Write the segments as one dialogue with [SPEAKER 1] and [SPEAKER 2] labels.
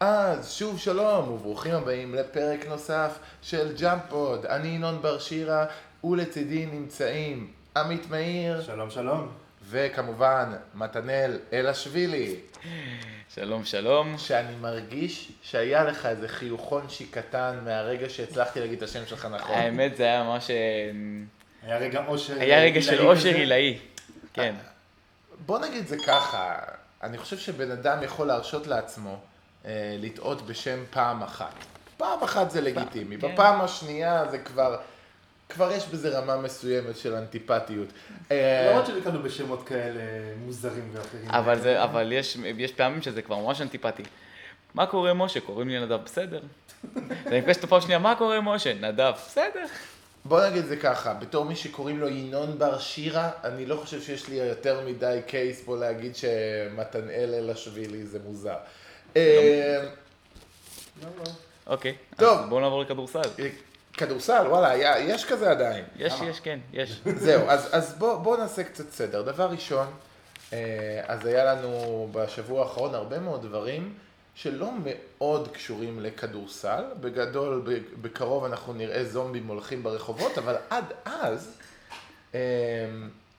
[SPEAKER 1] אז שוב שלום וברוכים הבאים לפרק נוסף של ג'אמפ פוד. אני ינון בר שירה ולצידי נמצאים עמית מאיר
[SPEAKER 2] שלום שלום.
[SPEAKER 1] וכמובן מתנאל אלשווילי,
[SPEAKER 3] שלום, שלום.
[SPEAKER 1] שאני מרגיש שהיה לך איזה חיוכונשי קטן מהרגע שהצלחתי להגיד את השם שלך
[SPEAKER 2] כן.
[SPEAKER 1] נכון.
[SPEAKER 3] האמת זה היה ממש... אה,
[SPEAKER 2] היה רגע אושר.
[SPEAKER 3] היה רגע של
[SPEAKER 2] עילאי
[SPEAKER 3] אושר
[SPEAKER 2] כזה. אה.
[SPEAKER 3] עילאי. כן.
[SPEAKER 1] בוא נגיד זה ככה, אני חושב שבן אדם יכול להרשות לעצמו אה, לטעות בשם פעם אחת. פעם אחת זה לגיטימי,
[SPEAKER 3] כן.
[SPEAKER 1] בפעם השנייה זה כבר, כבר יש בזה רמה מסוימת של אנטיפתיות. אה,
[SPEAKER 2] למרות שנתקלנו בשמות כאלה מוזרים ואחרים.
[SPEAKER 3] אבל זה, אבל יש, יש פעמים שזה כבר ממש אנטיפטי. מה קורה משה? קוראים לי נדב, בסדר. אני מפגש אותו פעם שנייה, מה קורה משה? נדב, בסדר.
[SPEAKER 1] בוא נגיד זה ככה, בתור מי שקוראים לו ינון בר שירה, אני לא חושב שיש לי יותר מדי קייס פה להגיד שמתנאל אלשווילי זה מוזר. אה,
[SPEAKER 2] לא, לא.
[SPEAKER 3] אוקיי. אז
[SPEAKER 1] טוב.
[SPEAKER 3] בואו נעבור לכדורסל.
[SPEAKER 1] אה, כדורסל, וואלה, היה- יש כזה עדיין.
[SPEAKER 3] יש, יש, כן, יש.
[SPEAKER 1] זהו, אז, אז בואו בוא נעשה קצת סדר. דבר ראשון, אה, אז היה לנו בשבוע האחרון הרבה מאוד דברים שלא מאוד קשורים לכדורסל. בגדול, ב- בקרוב אנחנו נראה זומבים הולכים ברחובות, אבל עד אז, אה,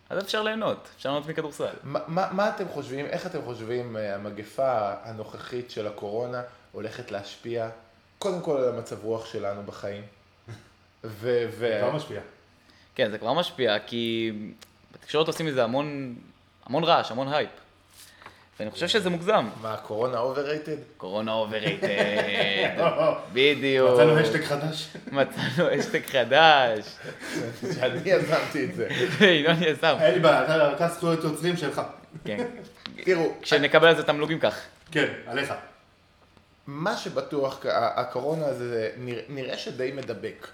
[SPEAKER 3] אז אפשר ליהנות, אפשר ליהנות מכדורסל.
[SPEAKER 1] מה, מה, מה אתם חושבים, איך אתם חושבים אה, המגפה הנוכחית של הקורונה הולכת להשפיע, קודם כל על המצב רוח שלנו בחיים? ו... ו-
[SPEAKER 2] כבר לא משפיע.
[SPEAKER 3] כן, זה כבר משפיע, כי בתקשורת עושים מזה המון, המון רעש, המון הייפ. ואני חושב שזה מוגזם.
[SPEAKER 1] מה, הקורונה overrated?
[SPEAKER 3] קורונה אוברייטד.
[SPEAKER 2] או, או.
[SPEAKER 3] בדיוק.
[SPEAKER 2] לא, מצאנו השטג חדש.
[SPEAKER 3] מצאנו השטג לא חדש.
[SPEAKER 1] שאני יזמתי את זה.
[SPEAKER 3] ינון יזם.
[SPEAKER 2] אין לי בעיה, אתה- אתה זכויות יוצרים שלך.
[SPEAKER 3] כן.
[SPEAKER 1] תרארו,
[SPEAKER 3] כשנקבל על זה תמלוגים כך.
[SPEAKER 2] כן, עליך.
[SPEAKER 1] מה שבטוח, ה- הקורונה הזה נרא- נראה שדי מדבק.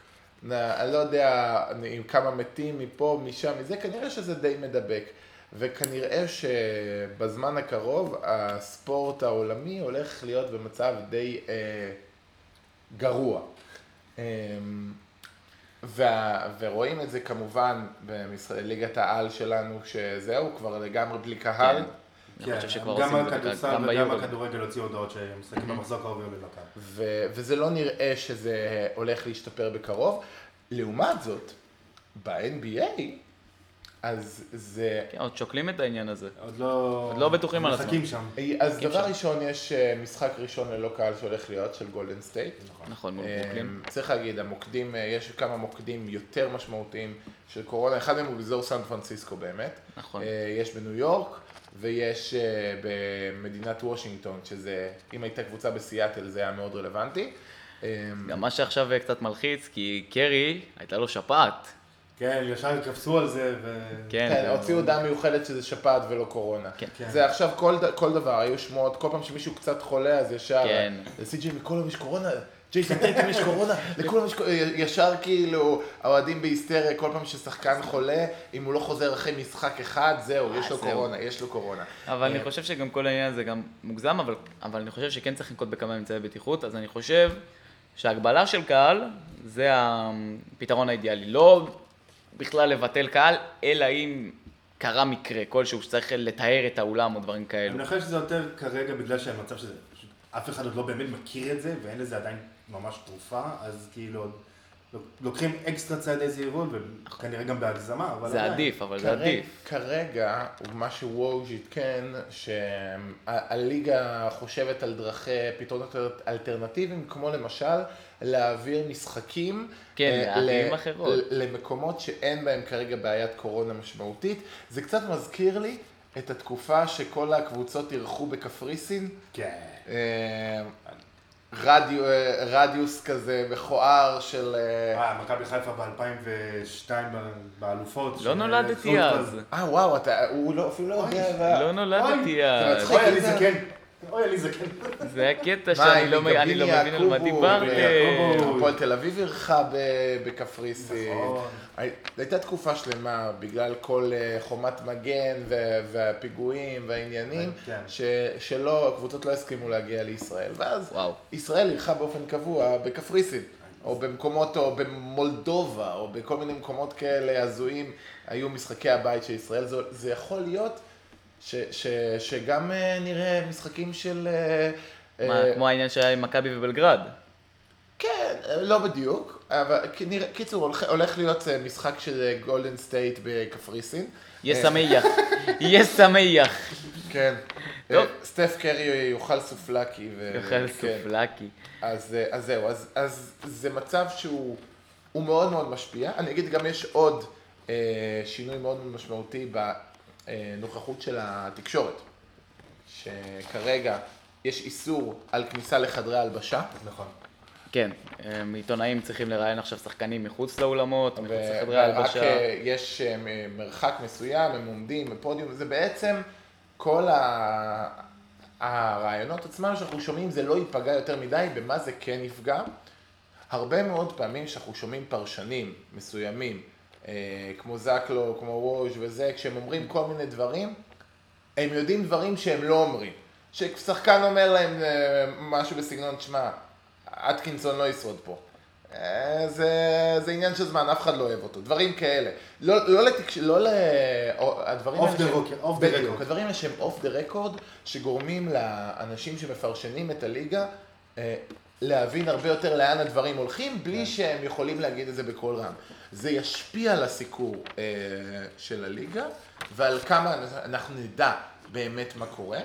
[SPEAKER 1] נ- אני לא יודע עם כמה מתים מפה, משם, מזה, כנראה שזה די מדבק. וכנראה שבזמן הקרוב הספורט העולמי הולך להיות במצב די אה, גרוע. אה, וה, ורואים את זה כמובן בליגת העל שלנו, שזהו, כבר לגמרי בלי קהל.
[SPEAKER 3] כן. אני חושב שכבר
[SPEAKER 2] גם
[SPEAKER 3] עושים את זה
[SPEAKER 2] הכדורסל
[SPEAKER 3] גם
[SPEAKER 2] וגם
[SPEAKER 3] ביורו.
[SPEAKER 2] הכדורגל הוציאו הודעות שהם משחקים במחזור קרוב יום לבקר.
[SPEAKER 1] ו- וזה לא נראה שזה הולך להשתפר בקרוב. לעומת זאת, ב-NBA, אז זה...
[SPEAKER 3] כן, עוד שוקלים את העניין הזה.
[SPEAKER 2] עוד לא...
[SPEAKER 3] עוד לא בטוחים על עצמם.
[SPEAKER 2] מחכים שם.
[SPEAKER 1] אז
[SPEAKER 3] כן,
[SPEAKER 1] דבר
[SPEAKER 3] שם.
[SPEAKER 1] ראשון, יש אה, משחק ראשון ללא קהל שהולך להיות, של גולדן סטייט.
[SPEAKER 3] נכון, מול
[SPEAKER 1] אה,
[SPEAKER 3] ברוקלין.
[SPEAKER 1] צריך להגיד, המוקדים, אה, יש כמה מוקדים יותר משמעותיים של קורונה, אחד מהם הוא באזור סן פרנסיסקו באמת.
[SPEAKER 3] נכון.
[SPEAKER 1] אה, יש בניו יורק, ויש אה, במדינת וושינגטון, שזה, אם הייתה קבוצה בסיאטל זה היה מאוד רלוונטי. אה,
[SPEAKER 3] גם מה שעכשיו אה, קצת מלחיץ, כי קרי, הייתה לו שפעת.
[SPEAKER 2] כן, ישר קפצו על זה ו...
[SPEAKER 3] כן.
[SPEAKER 1] כן, הוציאו הודעה מיוחדת שזה שפעת ולא קורונה.
[SPEAKER 3] כן.
[SPEAKER 2] כן.
[SPEAKER 1] זה עכשיו כל ד- כל דבר, היו שמועות, כל פעם שמישהו קצת חולה, אז ישר,
[SPEAKER 3] כן.
[SPEAKER 1] לסי.ג'י לכולם יש קורונה, ג'ייסון טייטם יש קורונה, לכולם יש קורונה, ישר כאילו, האוהדים בהיסטריה, כל פעם ששחקן חולה, אם הוא לא חוזר אחרי משחק אחד, זהו, יש לו
[SPEAKER 3] אה, זהו.
[SPEAKER 1] קורונה, יש לו קורונה.
[SPEAKER 3] אבל
[SPEAKER 1] אה.
[SPEAKER 3] אני חושב שגם כל העניין הזה גם מוגזם, אבל, אבל אני חושב שכן צריך לנקוט בכמה אמצעי בטיחות, אז אני חושב שהגבלה של קהל זה הפתרון האידיאלי. לא בכלל לבטל קהל, אלא אם קרה מקרה כלשהו שצריך לטהר את האולם או דברים
[SPEAKER 2] אני
[SPEAKER 3] כאלו.
[SPEAKER 2] חושב שזה יותר כרגע בגלל שהמצב שזה, פשוט אף אחד עוד לא באמת מכיר את זה, ואין לזה עדיין ממש תרופה, אז כאילו עוד לוקחים אקסטרה צעדי זהירות, וכנראה גם בהגזמה, אבל
[SPEAKER 3] זה
[SPEAKER 2] עדיין.
[SPEAKER 3] עדיף, אבל זה
[SPEAKER 1] כרגע-
[SPEAKER 3] עדיף.
[SPEAKER 1] כרגע, מה שוואוז' עדכן, שהליגה חושבת על דרכי פתרונות אלטרנטיביים, כמו למשל להעביר משחקים
[SPEAKER 3] כן,
[SPEAKER 1] אה,
[SPEAKER 3] לערים
[SPEAKER 1] ל-
[SPEAKER 3] אחרות.
[SPEAKER 1] ל- למקומות שאין בהם כרגע בעיית קורונה משמעותית. זה קצת מזכיר לי את התקופה שכל הקבוצות אירחו בקפריסין.
[SPEAKER 2] כן.
[SPEAKER 1] אה, רדיו, אה, רדיוס כזה מכוער של... אה,
[SPEAKER 2] אה, מכבי חיפה ב-2002 באלופות.
[SPEAKER 3] לא
[SPEAKER 2] ש-
[SPEAKER 3] נולדתי
[SPEAKER 2] חוץ
[SPEAKER 3] אז.
[SPEAKER 2] מזה-
[SPEAKER 1] אה, וואו, אתה, הוא לא, אפילו לא יודע...
[SPEAKER 3] לא נולדתי
[SPEAKER 2] אוי,
[SPEAKER 3] אז.
[SPEAKER 1] מצחיק.
[SPEAKER 2] אוי, אני זקן. אה, אוי, אני זקן.
[SPEAKER 3] זה הקטע
[SPEAKER 1] מה,
[SPEAKER 3] שאני לא מ- אני לא מבין על מה
[SPEAKER 1] יעקובו,
[SPEAKER 3] דיברתם.
[SPEAKER 2] ויעקובו.
[SPEAKER 1] הפועל תל אביב אירחה ב- בקפריסין.
[SPEAKER 2] נכון.
[SPEAKER 1] הי- הייתה תקופה שלמה, בגלל כל אה, חומת מגן ו- והפיגועים והעניינים,
[SPEAKER 2] כן.
[SPEAKER 1] ש- שלא, הקבוצות לא הסכימו להגיע לישראל. ואז
[SPEAKER 3] וואו.
[SPEAKER 1] ישראל אירחה באופן קבוע בקפריסין, או במקומות, או במולדובה, או בכל מיני מקומות כאלה הזויים, היו משחקי הבית של ישראל. זה, זה יכול להיות ש, ש, שגם אה, נראה משחקים של אה,
[SPEAKER 3] מה,
[SPEAKER 1] אה,
[SPEAKER 3] כמו העניין שהיה עם מכבי ובלגרד.
[SPEAKER 1] כן, לא בדיוק, אבל כנראה, קיצור, הולך, הולך להיות אה, משחק של גולדן סטייט בקפריסין.
[SPEAKER 3] יהיה
[SPEAKER 1] אה,
[SPEAKER 3] שמח. יהיה שמח.
[SPEAKER 1] כן.
[SPEAKER 3] טוב.
[SPEAKER 1] אה, סטף קרי יאכל סופלקי. ו-
[SPEAKER 3] יאכל
[SPEAKER 1] כן.
[SPEAKER 3] סופלקי.
[SPEAKER 1] אז, אה, אז זהו, אז, אז זה מצב שהוא הוא מאוד מאוד משפיע. אני אגיד, גם יש עוד אה, שינוי מאוד מאוד משמעותי בנוכחות של התקשורת, שכרגע יש איסור על כניסה לחדרי הלבשה.
[SPEAKER 2] נכון.
[SPEAKER 3] כן, אמ, עיתונאים צריכים לראיין עכשיו שחקנים מחוץ לאולמות, מחוץ
[SPEAKER 1] ו-
[SPEAKER 3] לחדרי
[SPEAKER 1] ורק
[SPEAKER 3] ההלבשה.
[SPEAKER 1] אה, יש אה, מ- מרחק מסוים, הם עומדים בפודיום, זה בעצם כל ה... הרעיונות עצמם שאנחנו שומעים זה לא ייפגע יותר מדי, במה זה כן יפגע. הרבה מאוד פעמים שאנחנו שומעים פרשנים מסוימים, אה, כמו זקלו, כמו ווז' וזה, כשהם אומרים כל מיני דברים, הם יודעים דברים שהם לא אומרים. ששחקן אומר להם אה, משהו בסגנון, שמע, אטקינסון לא ישרוד פה. אה, זה, זה עניין של זמן, אף אחד לא אוהב אותו. דברים כאלה. לא, לא לתקש... לא ל... או- הדברים
[SPEAKER 2] Off
[SPEAKER 1] האלה
[SPEAKER 2] the
[SPEAKER 1] שהם-
[SPEAKER 2] record, off the
[SPEAKER 1] בדיוק,
[SPEAKER 2] record.
[SPEAKER 1] הדברים האלה שהם אוף דה רקורד, שגורמים לאנשים שמפרשנים את הליגה אה, להבין הרבה יותר לאן הדברים הולכים, בלי שהם יכולים להגיד את זה בקול רם. זה ישפיע על הסיקור אה, של הליגה, ועל כמה אנ- אנחנו נדע באמת מה קורה.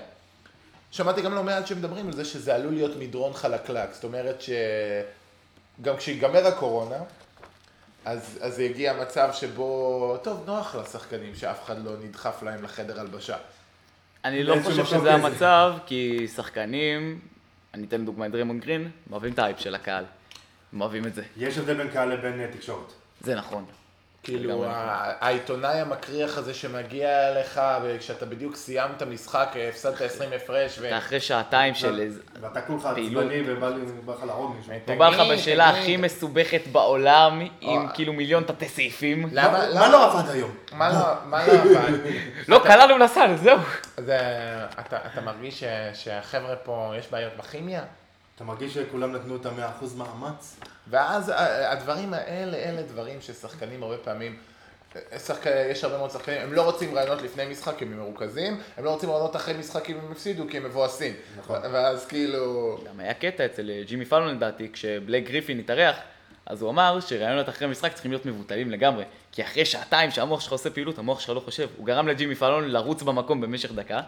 [SPEAKER 1] שמעתי גם לא מעט שמדברים על זה שזה עלול להיות מדרון חלקלק, זאת אומרת שגם כשיגמר הקורונה, אז, אז יגיע מצב שבו, טוב, נוח לשחקנים שאף אחד לא נדחף להם לחדר הלבשה.
[SPEAKER 3] אני לא
[SPEAKER 2] באיזשהו
[SPEAKER 3] חושב
[SPEAKER 2] מקום
[SPEAKER 3] שזה
[SPEAKER 2] כזה.
[SPEAKER 3] המצב, כי שחקנים, אני אתן דוגמא את דרימון גרין, הם אוהבים את האייפ של הקהל. הם אוהבים את זה.
[SPEAKER 2] יש הבדל בין קהל לבין אה, תקשורת.
[SPEAKER 3] זה נכון.
[SPEAKER 1] כאילו,
[SPEAKER 3] לגמרי.
[SPEAKER 1] ה- העיתונאי המקריח הזה שמגיע אליך, וכשאתה בדיוק סיימת משחק, אה, הפסדת 20 הפרש, ו...
[SPEAKER 3] אתה אחרי שעתיים
[SPEAKER 1] אה.
[SPEAKER 3] של איזה...
[SPEAKER 2] אה, ואתה כולך
[SPEAKER 3] פעילות.
[SPEAKER 2] עצבני ובא לי- בא לך להרוג מישהו.
[SPEAKER 3] הוא בא לך
[SPEAKER 1] תגיד,
[SPEAKER 3] בשאלה
[SPEAKER 1] תגיד.
[SPEAKER 3] הכי מסובכת בעולם,
[SPEAKER 1] אה.
[SPEAKER 3] עם
[SPEAKER 1] כאילו
[SPEAKER 3] כאילו מיליון תתי סעיפים.
[SPEAKER 1] למה,
[SPEAKER 2] מה
[SPEAKER 1] למה,
[SPEAKER 2] לא עבד היום?
[SPEAKER 1] מה לא, מה לא עבד?
[SPEAKER 3] לא, קלענו לסל, זהו.
[SPEAKER 1] זה, אתה, אתה מרגיש ש, שהחבר'ה פה, יש בעיות בכימיה?
[SPEAKER 2] אתה מרגיש שכולם נתנו את המאה אחוז מאמץ?
[SPEAKER 1] ואז ה- הדברים האלה, אלה דברים ששחקנים הרבה פעמים, שחק... יש הרבה מאוד שחקנים, הם לא רוצים רעיונות לפני משחק כי הם מרוכזים, הם לא רוצים רעיונות אחרי משחק אם הם הפסידו כי הם מבואסים.
[SPEAKER 2] נכון.
[SPEAKER 1] ו- ואז כאילו...
[SPEAKER 3] גם היה קטע אצל אה, ג'ימי פאלון לדעתי, כשבלייק גריפין התארח, אז הוא אמר שראיונות אחרי משחק צריכים להיות מבוטלים לגמרי. כי אחרי שעתיים שהמוח שלך עושה פעילות, המוח שלך לא חושב. הוא גרם לג'ימי פאלון לרוץ במקום במשך דקה,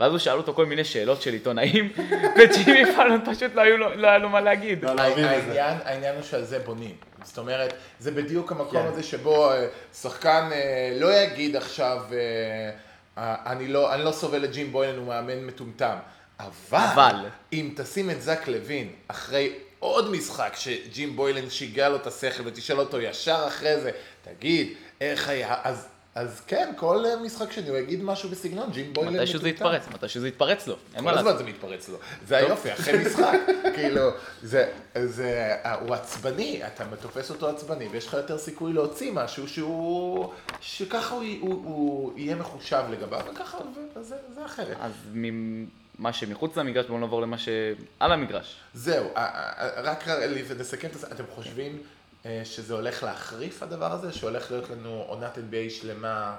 [SPEAKER 3] ואז הוא שאל אותו כל מיני שאלות של עיתונאים, וג'ימי פאלון פשוט לא היו לו- לא היה לו מה להגיד.
[SPEAKER 2] לא להבין את זה.
[SPEAKER 1] העניין, העניין הוא שעל זה בונים. זאת אומרת, זה בדיוק המקום
[SPEAKER 2] כן.
[SPEAKER 1] הזה שבו אה, שחקן אה, לא יגיד עכשיו, אה, אה, אני לא, אני לא סובל את ג'ים בוילן, הוא מאמן מטומטם. אבל,
[SPEAKER 3] אבל.
[SPEAKER 1] אם תשים את זק לוין אחרי עוד משחק שג'ים בוילן שיגע לו את השכל ותשאל אותו ישר אחרי זה, תגיד, איך היה, אז, אז כן, כל אה, משחק שני הוא יגיד משהו בסגנון, ג'ים בוילן מטומטם.
[SPEAKER 3] מתישהו זה יתפרץ, מתישהו זה יתפרץ לו, אין מה
[SPEAKER 1] לא, כל
[SPEAKER 3] לעשות.
[SPEAKER 1] הזמן זה מתפרץ לו. זה היופי, אחרי משחק. כאילו, זה, זה, אה, הוא עצבני, אתה תופס אותו עצבני, ויש לך יותר סיכוי להוציא משהו שהוא, שככה הוא, הוא, הוא יהיה מחושב לגביו, וככה, וזה, זה אחרת.
[SPEAKER 3] אז ממה שמחוץ למגרש, בואו נעבור למה שעל המגרש.
[SPEAKER 1] זהו, א- א- א- רק ר- לסכם את זה, אתם חושבים אה, שזה הולך להחריף הדבר הזה? שהולך להיות לנו עונת NBA שלמה?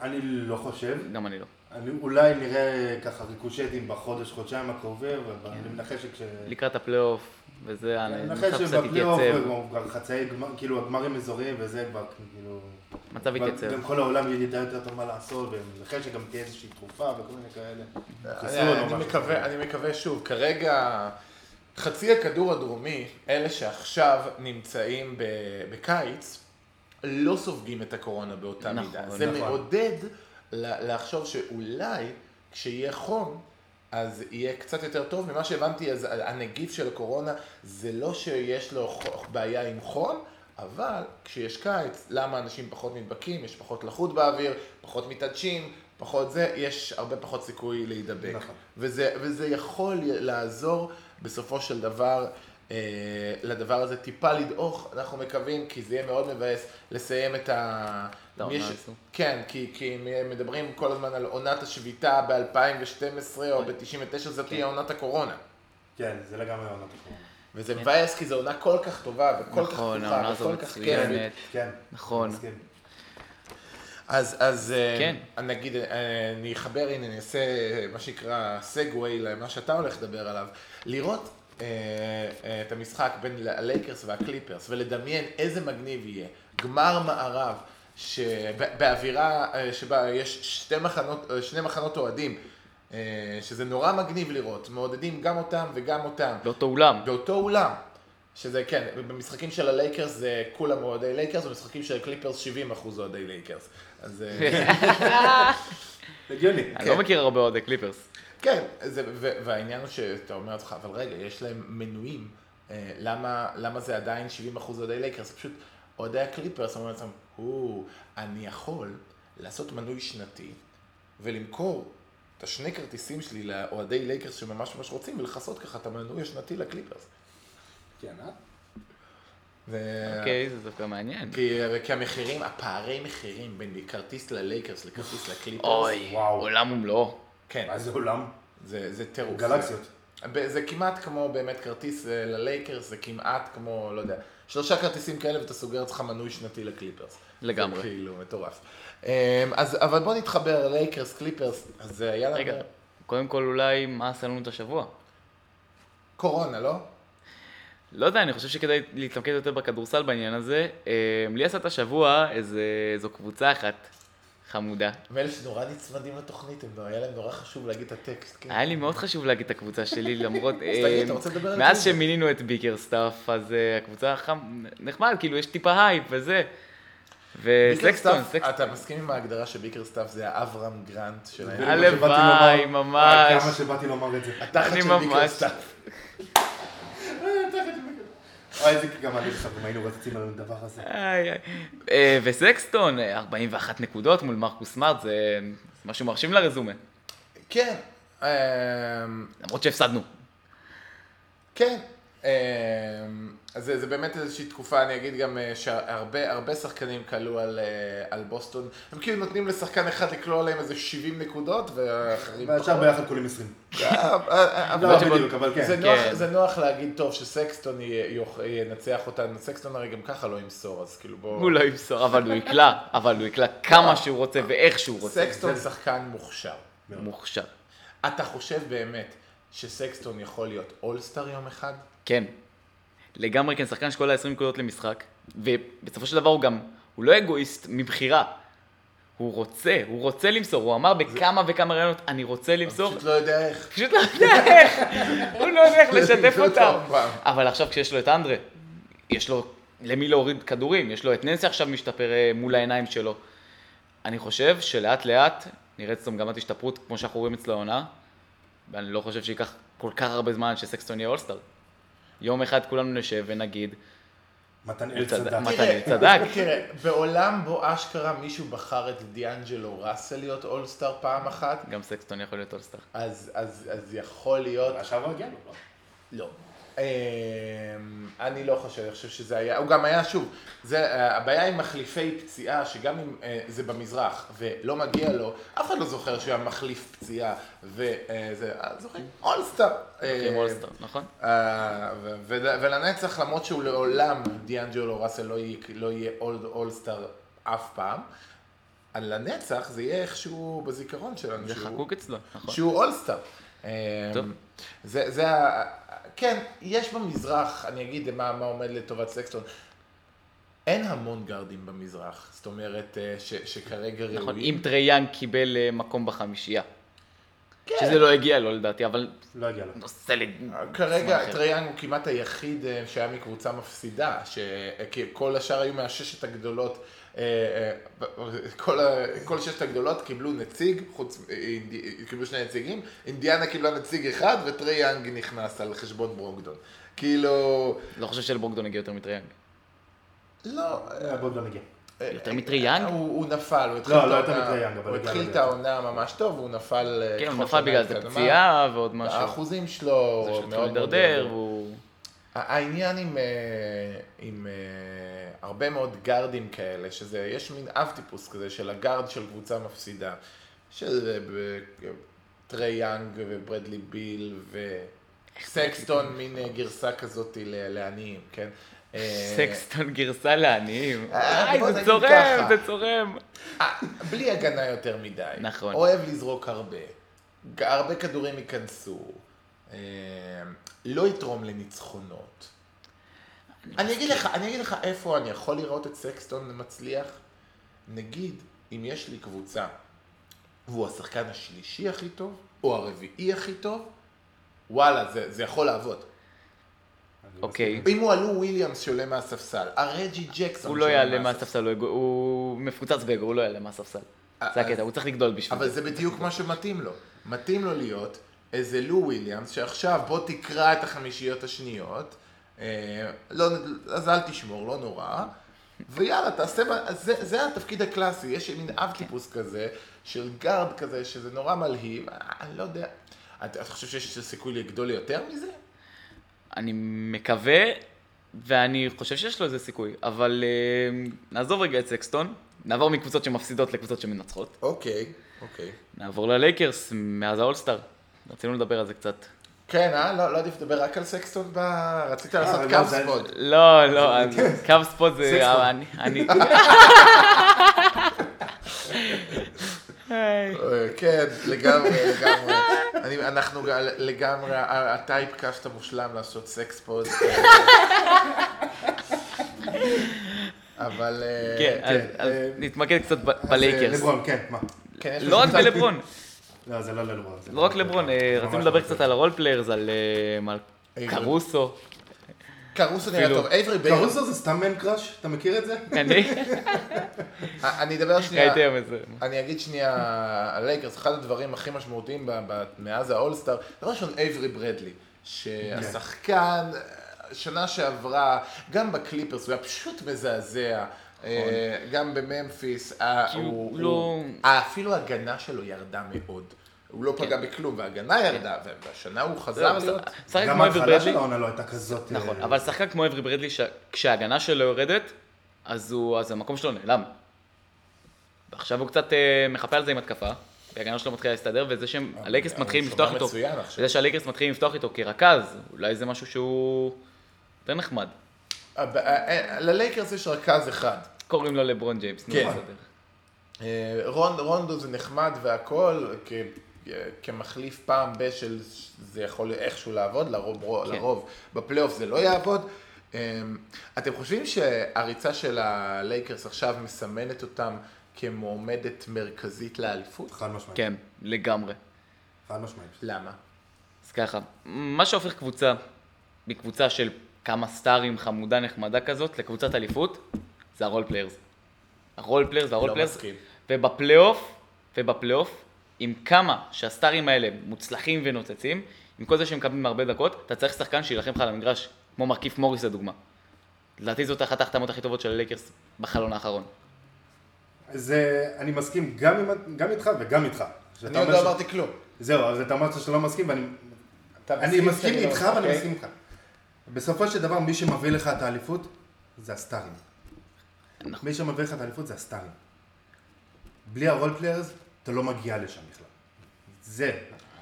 [SPEAKER 2] אני לא חושב.
[SPEAKER 3] גם אני לא.
[SPEAKER 2] אני אולי נראה ככה ריקושטים בחודש, חודשיים הקרובים, ואני מנחש שכש...
[SPEAKER 3] כן. לקראת הפלייאוף, וזה,
[SPEAKER 2] אני
[SPEAKER 3] המצב
[SPEAKER 2] מנחש
[SPEAKER 3] קצת
[SPEAKER 2] שבפלייאוף
[SPEAKER 3] יתייצב.
[SPEAKER 2] כבר- כבר חצאי גמר, כאילו הגמרים אזוריים וזה כבר כאילו...
[SPEAKER 3] המצב
[SPEAKER 2] כבר-
[SPEAKER 3] יתייצב.
[SPEAKER 2] גם כל העולם ידע יותר טוב מה לעשות, ואני מנחש שגם תהיה איזושהי תרופה וכל מיני כאלה. חיסון או
[SPEAKER 1] אני- אה, אני
[SPEAKER 2] משהו
[SPEAKER 1] מקווה,
[SPEAKER 2] כזה.
[SPEAKER 1] אני מקווה שוב, כרגע חצי הכדור הדרומי, אלה שעכשיו נמצאים ב- בקיץ, לא סופגים את הקורונה באותה
[SPEAKER 3] נכון,
[SPEAKER 1] מידה. זה
[SPEAKER 2] נכון.
[SPEAKER 1] מעודד ל- לחשוב שאולי כשיהיה חום, אז יהיה קצת יותר טוב. ממה שהבנתי, אז הנגיף של הקורונה זה לא שיש לו ח- בעיה עם חום, אבל כשיש קיץ, למה אנשים פחות נדבקים, יש פחות לחות באוויר, פחות מתעדשים, פחות זה, יש הרבה פחות סיכוי להידבק.
[SPEAKER 2] נכון.
[SPEAKER 1] וזה, וזה יכול לעזור בסופו של דבר אה, לדבר הזה טיפה לדעוך, אנחנו מקווים, כי זה יהיה מאוד מבאס לסיים את ה...
[SPEAKER 3] את העונה
[SPEAKER 1] יש-
[SPEAKER 3] הזו.
[SPEAKER 1] כן, כי, כי הם מדברים כל הזמן על עונת השביתה ב-2012 או ב-99, זאת תהיה עונת הקורונה.
[SPEAKER 2] כן, זה לגמרי עונת הקורונה.
[SPEAKER 3] כן.
[SPEAKER 1] וזה מבאס כי זו עונה כל כך טובה וכל כך
[SPEAKER 3] נכון,
[SPEAKER 1] פתוחה
[SPEAKER 3] העונה הזו
[SPEAKER 1] וכל כך
[SPEAKER 3] מצוינת.
[SPEAKER 1] כיפית.
[SPEAKER 2] כן.
[SPEAKER 3] נכון.
[SPEAKER 2] מסכים.
[SPEAKER 1] אז, אז אה,
[SPEAKER 3] כן.
[SPEAKER 1] נגיד, אה, אני אחבר, הנה, אני אעשה אה, מה שנקרא סגווי למה שאתה הולך לדבר עליו. לראות אה, אה, את המשחק בין הלייקרס והקליפרס ולדמיין איזה מגניב יהיה. גמר מערב, שבאווירה אה, שבה יש שתי מחנות, אה, שני מחנות אוהדים, אה, שזה נורא מגניב לראות, מעודדים גם אותם וגם אותם.
[SPEAKER 3] באותו אולם.
[SPEAKER 1] באותו אולם. שזה כן, במשחקים של הלייקרס זה כולם אוהדי לייקרס, ובמשחקים של הקליפרס 70% אוהדי לייקרס. אז אה,
[SPEAKER 2] הגיוני.
[SPEAKER 3] אני לא מכיר הרבה אוהדי קליפרס.
[SPEAKER 1] כן, זה, ו, והעניין הוא שאתה אומר לעצמך, אבל רגע, יש להם מנויים, אה, למה, למה זה עדיין 70% אוהדי לייקרס? פשוט אוהדי הקליפרס אומרים לעצמם, "או, אני יכול לעשות מנוי שנתי ולמכור את השני כרטיסים שלי לאוהדי לייקרס שממש ממש רוצים, ולכסות ככה את המנוי השנתי לקליפרס.
[SPEAKER 2] כן, אה?
[SPEAKER 1] זה-
[SPEAKER 3] אוקיי, זה דווקא מעניין.
[SPEAKER 2] כן.
[SPEAKER 1] כי, כי המחירים, הפערי מחירים בין כרטיס ללייקרס לכרטיס לקליפרס,
[SPEAKER 3] אוי,
[SPEAKER 2] וואו.
[SPEAKER 3] עולם ומלואו.
[SPEAKER 1] כן,
[SPEAKER 2] מה זה עולם?
[SPEAKER 1] זה, זה טירוף.
[SPEAKER 2] גלקסיות.
[SPEAKER 1] ב- זה כמעט כמו באמת כרטיס אה, ללייקרס, זה כמעט כמו, לא יודע, שלושה כרטיסים כאלה ואתה סוגר אצלך מנוי שנתי לקליפרס.
[SPEAKER 3] לגמרי.
[SPEAKER 1] זה כאילו, מטורף. אה, אז, אבל בוא נתחבר לייקרס, קליפרס, אז זה היה לנו...
[SPEAKER 3] רגע, קודם כל אולי מה עשה לנו את השבוע?
[SPEAKER 1] קורונה, לא?
[SPEAKER 3] לא יודע, אני חושב שכדאי להתמקד יותר בכדורסל בעניין הזה. אה, לי עשה את השבוע איזה- איזו קבוצה אחת חמודה.
[SPEAKER 1] מאלה שנורא נצמדים לתוכנית, הם- לא, היה להם נורא חשוב להגיד את הטקסט, כן.
[SPEAKER 3] היה לי מאוד חשוב להגיד את הקבוצה שלי, למרות...
[SPEAKER 1] אז תגיד,
[SPEAKER 3] אה,
[SPEAKER 1] אתה רוצה לדבר על
[SPEAKER 3] מאז
[SPEAKER 1] הקבוצה?
[SPEAKER 3] שמינינו את ביקר סטאף, אז אה, הקבוצה חם... נחמד, כאילו, יש טיפה הייפ וזה. וסלקסטון,
[SPEAKER 1] ביקרסטאף,
[SPEAKER 3] סלקסטון.
[SPEAKER 1] אתה מסכים עם ההגדרה שביקרסטאף זה האברהם גרנט של ה...
[SPEAKER 2] זה מה שבאתי לומר.
[SPEAKER 3] כן. הלוואי,
[SPEAKER 2] וואי,
[SPEAKER 3] ממש.
[SPEAKER 2] כמה שבאתי לומר את זה.
[SPEAKER 1] התחת
[SPEAKER 3] אני
[SPEAKER 1] של
[SPEAKER 3] ממש-
[SPEAKER 1] ביקרסטאף.
[SPEAKER 2] וואי, איזה גם אני לך, אם היינו רצים על הדבר הזה.
[SPEAKER 3] איי, איי. אה, וסקסטון, אה, 41 נקודות מול מרקוס סמארט, זה משהו מרשים לרזומה.
[SPEAKER 1] כן, אמ,
[SPEAKER 3] למרות שהפסדנו.
[SPEAKER 1] כן. אמ, אז זה, זה באמת איזושהי תקופה, אני אגיד גם אה, שהרבה הרבה שחקנים כלו על, אה, על בוסטון. הם כאילו נותנים לשחקן אחד לקלוע עליהם איזה 70 נקודות, והאחרים
[SPEAKER 2] והשאר ביחד כולים 20.
[SPEAKER 1] אה, אה, אבל-
[SPEAKER 2] לא בדיוק, אבל
[SPEAKER 1] זה,
[SPEAKER 2] כן.
[SPEAKER 1] נוח,
[SPEAKER 3] כן.
[SPEAKER 1] זה נוח להגיד, טוב, שסקסטון י- יוכ- ינצח אותנו, סקסטון הרי גם ככה לא ימסור, אז כאילו בואו...
[SPEAKER 3] הוא לא ימסור, אבל הוא יקלע, אבל הוא יקלע כמה שהוא רוצה ואיך שהוא רוצה.
[SPEAKER 1] סקסטון שחקן מוכשר.
[SPEAKER 3] מוכשר.
[SPEAKER 1] אתה חושב באמת שסקסטון יכול להיות אולסטר יום אחד?
[SPEAKER 3] כן. לגמרי כן, שחקן שכל ה-20 נקודות למשחק, ובסופו של דבר הוא גם, הוא לא אגואיסט מבחירה. הוא רוצה, הוא רוצה למסור, הוא אמר בכמה וכמה ראיונות, אני רוצה למסור,
[SPEAKER 1] פשוט לא יודע איך.
[SPEAKER 3] פשוט לא יודע איך, הוא לא יודע איך לשתף
[SPEAKER 1] לא יודע
[SPEAKER 3] אותם.
[SPEAKER 1] עוד פעם.
[SPEAKER 3] אבל עכשיו כשיש לו את אנדרה, יש לו למי להוריד כדורים, יש לו את ננסי עכשיו משתפר אה, מול העיניים שלו. אני חושב שלאט לאט נראית אצלו מגמת השתפרות, כמו שאנחנו רואים אצלו העונה, ואני לא חושב שייקח כל כך הרבה זמן שסקסטון יהיה אולסטאר. יום אחד כולנו נשב ונגיד,
[SPEAKER 2] מתנאל
[SPEAKER 3] צדק.
[SPEAKER 2] צדק.
[SPEAKER 3] מתן
[SPEAKER 1] תראה,
[SPEAKER 3] אל צדק.
[SPEAKER 1] תראה, בעולם בו אשכרה מישהו בחר את דיאנג'לו ראסל להיות אולסטאר פעם אחת,
[SPEAKER 3] גם סקסטון יכול להיות אולסטאר.
[SPEAKER 1] אז, אז, אז יכול להיות...
[SPEAKER 2] השער הגיע לו, לא?
[SPEAKER 1] לא. אמ, אני לא חושב, אני חושב שזה היה, הוא גם היה, שוב, זה, אה, הבעיה עם מחליפי פציעה, שגם אם אה, זה במזרח ולא מגיע לו, אף אחד לא זוכר שהוא היה מחליף פציעה, וזה, אה, זוכרים? אולסטאר.
[SPEAKER 3] עם
[SPEAKER 1] אה,
[SPEAKER 3] אולסטאר, נכון?
[SPEAKER 1] אה, ו- ו- ולנצח, למרות שהוא לעולם דיאנג'לו ראסל לא יהיה- לא יהיה אולסטאר אף פעם, על לנצח זה יהיה איכשהו בזיכרון שלנו,
[SPEAKER 3] זה
[SPEAKER 1] שהוא-
[SPEAKER 3] חקוק אצלו, נכון.
[SPEAKER 1] שהוא אולסטאר. אה,
[SPEAKER 3] טוב.
[SPEAKER 1] זה, זה ה... כן, יש במזרח, אני אגיד מה, מה עומד לטובת סקסטון. אין המון גארדים במזרח, זאת אומרת אה, ש, שכרגע ראויים.
[SPEAKER 3] נכון, אם טרי יאנג קיבל אה, מקום בחמישייה.
[SPEAKER 1] כן.
[SPEAKER 3] שזה לא הגיע לו לדעתי, אבל
[SPEAKER 2] לא הגיע לו.
[SPEAKER 3] נושא ל...
[SPEAKER 1] כרגע
[SPEAKER 3] אחר.
[SPEAKER 1] טרייאנג הוא כמעט היחיד אה, שהיה מקבוצה מפסידה, ש- אה, כי כל השאר היו מהששת הגדולות, אה, אה, ב- ב- כל ה- כל ששת הגדולות קיבלו נציג, חוץ, אה, אינדי- קיבלו שני נציגים, אינדיאנה קיבלה נציג אחד וטרייאנג נכנס על חשבון ברוקדון. כאילו,
[SPEAKER 3] לא חושב שלברוקדון הגיע יותר מטרי יאנג.
[SPEAKER 1] לא, אה,
[SPEAKER 2] אה, בוא לא נגיע.
[SPEAKER 3] יותר מטרי יאנג?
[SPEAKER 1] הוא הוא נפל, הוא התחיל
[SPEAKER 2] לא,
[SPEAKER 1] את
[SPEAKER 2] לא יותר
[SPEAKER 1] העונה-
[SPEAKER 2] מטרייאנג, אבל
[SPEAKER 1] הוא
[SPEAKER 2] הגיע
[SPEAKER 1] התחיל
[SPEAKER 2] לו
[SPEAKER 1] את העונה ממש טוב, הוא נפל... אה,
[SPEAKER 3] כן, הוא
[SPEAKER 1] ככל
[SPEAKER 3] נפל
[SPEAKER 1] שנה
[SPEAKER 3] בגלל זה
[SPEAKER 1] התקדמה.
[SPEAKER 3] פציעה ועוד משהו.
[SPEAKER 1] האחוזים שלו
[SPEAKER 3] זה
[SPEAKER 1] מאוד
[SPEAKER 3] שהוא התחיל
[SPEAKER 1] מאוד...
[SPEAKER 3] להידרדר, והוא...
[SPEAKER 1] העניין עם, אה, עם אה, הרבה מאוד גארדים כאלה, שזה, יש מין אב טיפוס כזה של הגארד של קבוצה מפסידה, שזה ב- אה, טרי יאנג וברדלי ביל וסקסטון, מין אה, גרסה כזאת ל- לעניים, כן?
[SPEAKER 4] אה,
[SPEAKER 3] סקסטון גרסה לעניים.
[SPEAKER 1] אה,
[SPEAKER 3] וואי,
[SPEAKER 1] בוא
[SPEAKER 3] זה
[SPEAKER 1] נגיד
[SPEAKER 3] צורם,
[SPEAKER 1] ככה.
[SPEAKER 3] זה צורם.
[SPEAKER 1] אה, בלי הגנה יותר מדי.
[SPEAKER 3] נכון.
[SPEAKER 1] אוהב לזרוק הרבה. ג- הרבה כדורים ייכנסו. אה, לא יתרום לניצחונות. אני אגיד לך, אני אגיד לך איפה אני יכול לראות את סקסטון מצליח. נגיד, אם יש לי קבוצה, והוא השחקן השלישי הכי טוב, או הרביעי הכי טוב, וואלה, זה, זה יכול לעבוד.
[SPEAKER 3] אוקיי.
[SPEAKER 1] אם הוא עלו וויליאמס שעולה מהספסל, הרג'י ג'קסון
[SPEAKER 3] הוא לא
[SPEAKER 1] שעולה
[SPEAKER 3] יעלה מהספסל, הוא- הוא מפוצץ באגו, הוא לא יעלה מהספסל. זה הקטע, הוא צריך לגדול בשביל
[SPEAKER 1] אה, אבל
[SPEAKER 3] זה.
[SPEAKER 1] זה בדיוק מה שמתאים לו. מתאים לו להיות איזה לו וויליאמס, שעכשיו בוא תקרא את החמישיות השניות, אה, לא, אז אל תשמור, לא נורא, ויאללה, תעשה, מה- אז זה, זה התפקיד הקלאסי, יש מין אב טיפוס כזה, של גארד כזה, שזה נורא מלהיב, אה, אני לא יודע. אתה אתה חושב שיש סיכוי לגדול יותר מזה?
[SPEAKER 3] אני מקווה, ואני חושב שיש לו איזה סיכוי, אבל אה, נעזוב רגע את סקסטון, נעבור מקבוצות שמפסידות לקבוצות שמנצחות.
[SPEAKER 1] אוקיי, אוקיי.
[SPEAKER 3] נעבור ללייקרס, מאז האולסטאר. רצינו לדבר על זה קצת.
[SPEAKER 1] כן, אה? לא, לא עדיף לדבר רק על סקסטון ב... רצית לעשות
[SPEAKER 2] אבל לא,
[SPEAKER 1] קו
[SPEAKER 2] זה-
[SPEAKER 1] ספוט.
[SPEAKER 3] לא, לא, אז קו ספוט זה...
[SPEAKER 2] סקסטון.
[SPEAKER 3] אני- אני... היי.
[SPEAKER 1] אה, כן, לגמרי, לגמרי. אני- אנחנו גם- לגמרי, ה- הטייפקאסט המושלם לעשות סקס פוד. אבל... אה,
[SPEAKER 3] כן, אז אז
[SPEAKER 2] אה,
[SPEAKER 3] נתמקד קצת ב- בלייקרס.
[SPEAKER 2] לברון, כן, מה?
[SPEAKER 1] כן, יש
[SPEAKER 3] לא
[SPEAKER 1] לך
[SPEAKER 3] רק
[SPEAKER 1] קצת-
[SPEAKER 3] בלברון,
[SPEAKER 2] לא, זה לא לברון. זה
[SPEAKER 3] לא רק לברון, אה,
[SPEAKER 2] ממש
[SPEAKER 3] רצינו
[SPEAKER 2] לא
[SPEAKER 3] לדבר קצת על הרול פליירס, על אה, על
[SPEAKER 1] אה,
[SPEAKER 3] קרוסו.
[SPEAKER 1] קרוסו נראה
[SPEAKER 3] אפילו-
[SPEAKER 1] טוב, אייברי בייר.
[SPEAKER 2] קרוסו זה סתם מן קראש? אתה מכיר את זה?
[SPEAKER 3] אני
[SPEAKER 1] אה, אני אדבר שנייה.
[SPEAKER 3] ראיתי היום את זה.
[SPEAKER 1] אני אגיד שנייה, הלייקרס, אחד הדברים הכי משמעותיים ב- ב- מאז האולסטאר, דבר ראשון, אייברי ברדלי, שהשחקן, אה, שנה שעברה, גם בקליפרס, הוא היה פשוט מזעזע, אה, גם בממפיס, אה,
[SPEAKER 3] נכון. כי הוא
[SPEAKER 1] הוא-
[SPEAKER 3] לא-
[SPEAKER 1] הוא- אה, אפילו ההגנה שלו ירדה מאוד. הוא לא
[SPEAKER 3] כן.
[SPEAKER 1] פגע בכלום, וההגנה ירדה, והשנה
[SPEAKER 3] לא,
[SPEAKER 1] הוא חזר להיות...
[SPEAKER 3] שחק
[SPEAKER 2] גם
[SPEAKER 3] כמו אברי
[SPEAKER 2] ההתחלה
[SPEAKER 3] ברדלי,
[SPEAKER 2] של העונה לא הייתה כזאת.
[SPEAKER 3] נכון,
[SPEAKER 2] אה,
[SPEAKER 3] אבל שחקן כמו אברי ברדלי, כשההגנה שלו יורדת, אז הוא- אז המקום שלו נעלם. עכשיו הוא קצת אה, מחפה על זה עם התקפה, וההגנה שלו מתחילה להסתדר, וזה שהם, הלייקרס
[SPEAKER 1] אה, הוא
[SPEAKER 3] מתחילים
[SPEAKER 1] שומר
[SPEAKER 3] לפתוח איתו,
[SPEAKER 1] מצוין עכשיו.
[SPEAKER 3] וזה שהלייקרס מתחילים לפתוח איתו כרכז, אולי זה משהו שהוא יותר נחמד.
[SPEAKER 1] הב- אה, אה, ללייקרס יש רכז אחד.
[SPEAKER 3] קוראים לו לברון ג'יימס, נו,
[SPEAKER 1] כן.
[SPEAKER 3] בסדר.
[SPEAKER 1] אה, רונד, רונדו זה נחמד והכל, כ, אה, כמחליף פעם ב של זה יכול איכשהו לעבוד, לרוב, רו-
[SPEAKER 3] כן.
[SPEAKER 1] לרוב בפלייאוף זה לא יעבוד. אה, אתם חושבים שהריצה של הלייקרס עכשיו מסמנת אותם כמועמדת מרכזית לאליפות?
[SPEAKER 2] חד משמעית.
[SPEAKER 3] כן, לגמרי.
[SPEAKER 2] חד משמעית.
[SPEAKER 1] למה? לא
[SPEAKER 3] אז ככה, מה שהופך קבוצה מקבוצה של כמה סטארים חמודה נחמדה כזאת לקבוצת אליפות, זה הרול פליירס. הרול פליירס והרול
[SPEAKER 1] לא
[SPEAKER 3] פליירס,
[SPEAKER 1] מסכים.
[SPEAKER 3] ובפלייאוף, ובפלייאוף, עם כמה שהסטארים האלה מוצלחים ונוצצים, עם כל זה שהם מקבלים הרבה דקות, אתה צריך שחקן שיילחם לך על המגרש, כמו מרכיף מוריס לדוגמה. לדעתי זאת אחת ההחתמות הכי טובות של הלייקרס בחלון האחרון.
[SPEAKER 2] זה, אני מסכים גם עם- גם איתך וגם איתך. שאתה
[SPEAKER 1] אני עוד
[SPEAKER 2] אומר
[SPEAKER 1] לא
[SPEAKER 2] ש-
[SPEAKER 1] אמרתי כלום.
[SPEAKER 2] זהו, אז אתה אמרת שאתה לא מסכים, ואני
[SPEAKER 1] אתה
[SPEAKER 2] אני מסכים
[SPEAKER 1] שאני לא
[SPEAKER 2] איתך ואני
[SPEAKER 1] אוקיי.
[SPEAKER 2] מסכים איתך. בסופו של דבר, מי שמביא לך את האליפות, זה הסטארים.
[SPEAKER 3] נכון.
[SPEAKER 2] מי שמביא לך את האליפות זה הסטארים. בלי הרול פליירס, אתה לא מגיע לשם בכלל. זה,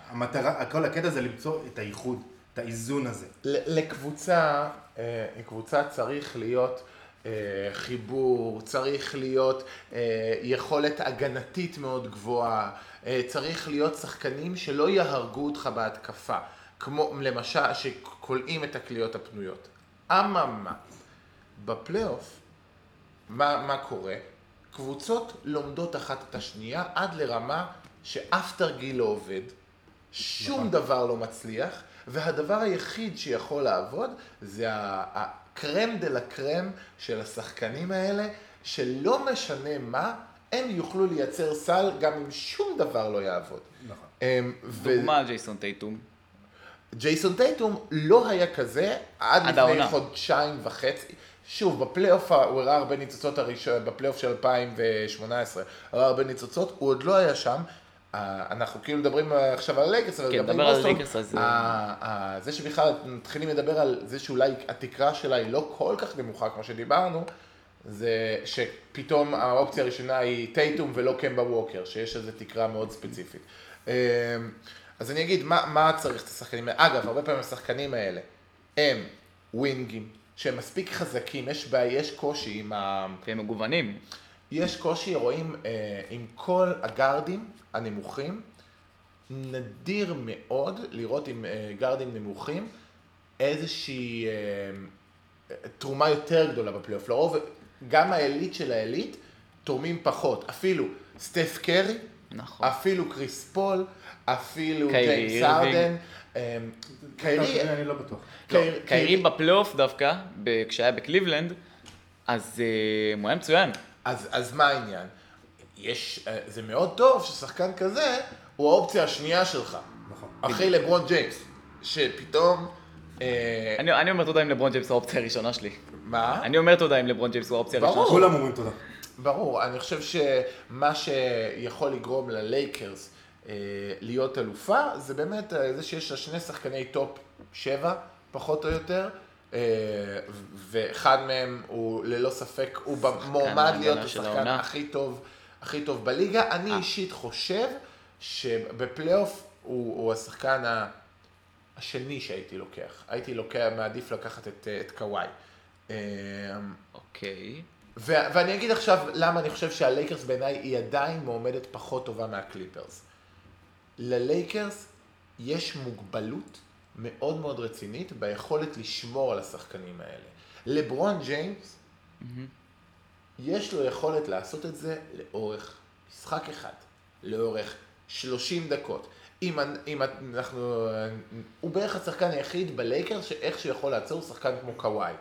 [SPEAKER 2] המטרה, כל הקטע זה למצוא את הייחוד, את האיזון הזה.
[SPEAKER 1] ל- לקבוצה, אה, קבוצה צריך להיות אה, חיבור, צריך להיות אה, יכולת הגנתית מאוד גבוהה, אה, צריך להיות שחקנים שלא יהרגו אותך בהתקפה, כמו למשל שכולאים את הקליות הפנויות. אממה, בפלייאוף, מה, מה קורה? קבוצות לומדות אחת את השנייה עד לרמה שאף תרגיל לא עובד, שום דבר לא מצליח, והדבר היחיד שיכול לעבוד זה ה- הקרם דה לה קרם של השחקנים האלה, שלא משנה מה, הם יוכלו לייצר סל גם אם שום דבר לא יעבוד.
[SPEAKER 2] נכון.
[SPEAKER 1] אמ, ו-
[SPEAKER 3] דוגמה ג'ייסון טייטום,
[SPEAKER 1] ג'ייסון טייטום לא היה כזה עד,
[SPEAKER 3] עד
[SPEAKER 1] עד
[SPEAKER 3] העונה.
[SPEAKER 1] לפני חודשיים וחצי. שוב, בפלייאוף ה- הוא הראה הרבה ניצוצות הראשון, בפלייאוף של 2018, הראה הרבה ניצוצות, הוא עוד לא היה שם. אה, אנחנו כאילו מדברים אה, עכשיו על לייקרס, אבל
[SPEAKER 3] כן,
[SPEAKER 1] לגבי
[SPEAKER 3] דבר על
[SPEAKER 1] בוסטון,
[SPEAKER 3] הלייקרס, אז, אה.
[SPEAKER 1] ה- ה- זה שבכלל מתחילים לדבר על זה שאולי התקרה שלה היא לא כל כך נמוכה כמו שדיברנו, זה שפתאום האופציה הראשונה היא טייטום ולא קמבה ווקר, שיש איזו תקרה מאוד ספציפית. אמ, אז אני אגיד, מה, מה צריך את השחקנים האלה? אגב, הרבה פעמים השחקנים האלה הם ווינגים שהם מספיק חזקים, יש בעיה, יש קושי עם ה...
[SPEAKER 3] כי הם מגוונים.
[SPEAKER 1] יש קושי, רואים, אה, עם כל הגארדים הנמוכים, נדיר מאוד לראות עם אה, גארדים נמוכים איזושהי אה, תרומה יותר גדולה בפלייאוף. לרוב, גם העילית של העילית תורמים פחות. אפילו סטף קרי,
[SPEAKER 3] נכון.
[SPEAKER 1] אפילו קריס פול, אפילו
[SPEAKER 3] קיירי
[SPEAKER 1] ג'יימס
[SPEAKER 3] אירווינג.
[SPEAKER 1] ארדן. אה, קיירי,
[SPEAKER 2] אני לא בטוח.
[SPEAKER 1] קיירי-
[SPEAKER 3] לא, קיירי בפלייאוף דווקא, ב- כשהיה בקליבלנד, אז אה, הוא היה מצוין.
[SPEAKER 1] אז, אז מה העניין? יש, אה, זה מאוד טוב ששחקן כזה הוא האופציה השנייה שלך.
[SPEAKER 2] נכון.
[SPEAKER 1] אחרי לברון ג'יימס, שפתאום... אה,
[SPEAKER 3] אני אני אומר תודה אם לברון ג'יימס הוא האופציה הראשונה שלי.
[SPEAKER 1] מה?
[SPEAKER 3] אני אומר תודה אם לברון ג'יימס הוא האופציה
[SPEAKER 1] ברור.
[SPEAKER 3] הראשונה שלי.
[SPEAKER 2] כולם אומרים תודה.
[SPEAKER 1] ברור, אני חושב שמה שיכול לגרום ללייקרס אה, להיות אלופה, זה באמת אה, זה שיש לה שני שחקני טופ 7, פחות או יותר, אה, ו- ואחד מהם הוא ללא ספק, הוא מועמד
[SPEAKER 3] ההגנה
[SPEAKER 1] להיות
[SPEAKER 3] של
[SPEAKER 1] השחקן
[SPEAKER 3] העונה. אה.
[SPEAKER 1] הכי טוב, הכי טוב בליגה. אני אישית חושב שבפלייאוף הוא, הוא השחקן ה... השני שהייתי לוקח. הייתי לוקח, מעדיף לקחת את, אה, את קוואי. אה,
[SPEAKER 3] אוקיי.
[SPEAKER 1] ו- ואני אגיד עכשיו למה אני חושב שהלייקרס בעיניי היא עדיין מועמדת פחות טובה מהקליפרס. ללייקרס יש מוגבלות מאוד מאוד רצינית ביכולת לשמור על השחקנים האלה. לברון ג'יימס, יש לו יכולת לעשות את זה לאורך משחק אחד, לאורך 30 דקות. אם, אנ- אם את- אנחנו... הוא בערך השחקן היחיד בלייקרס שאיכשהו יכול לעצור שחקן כמו קוואי.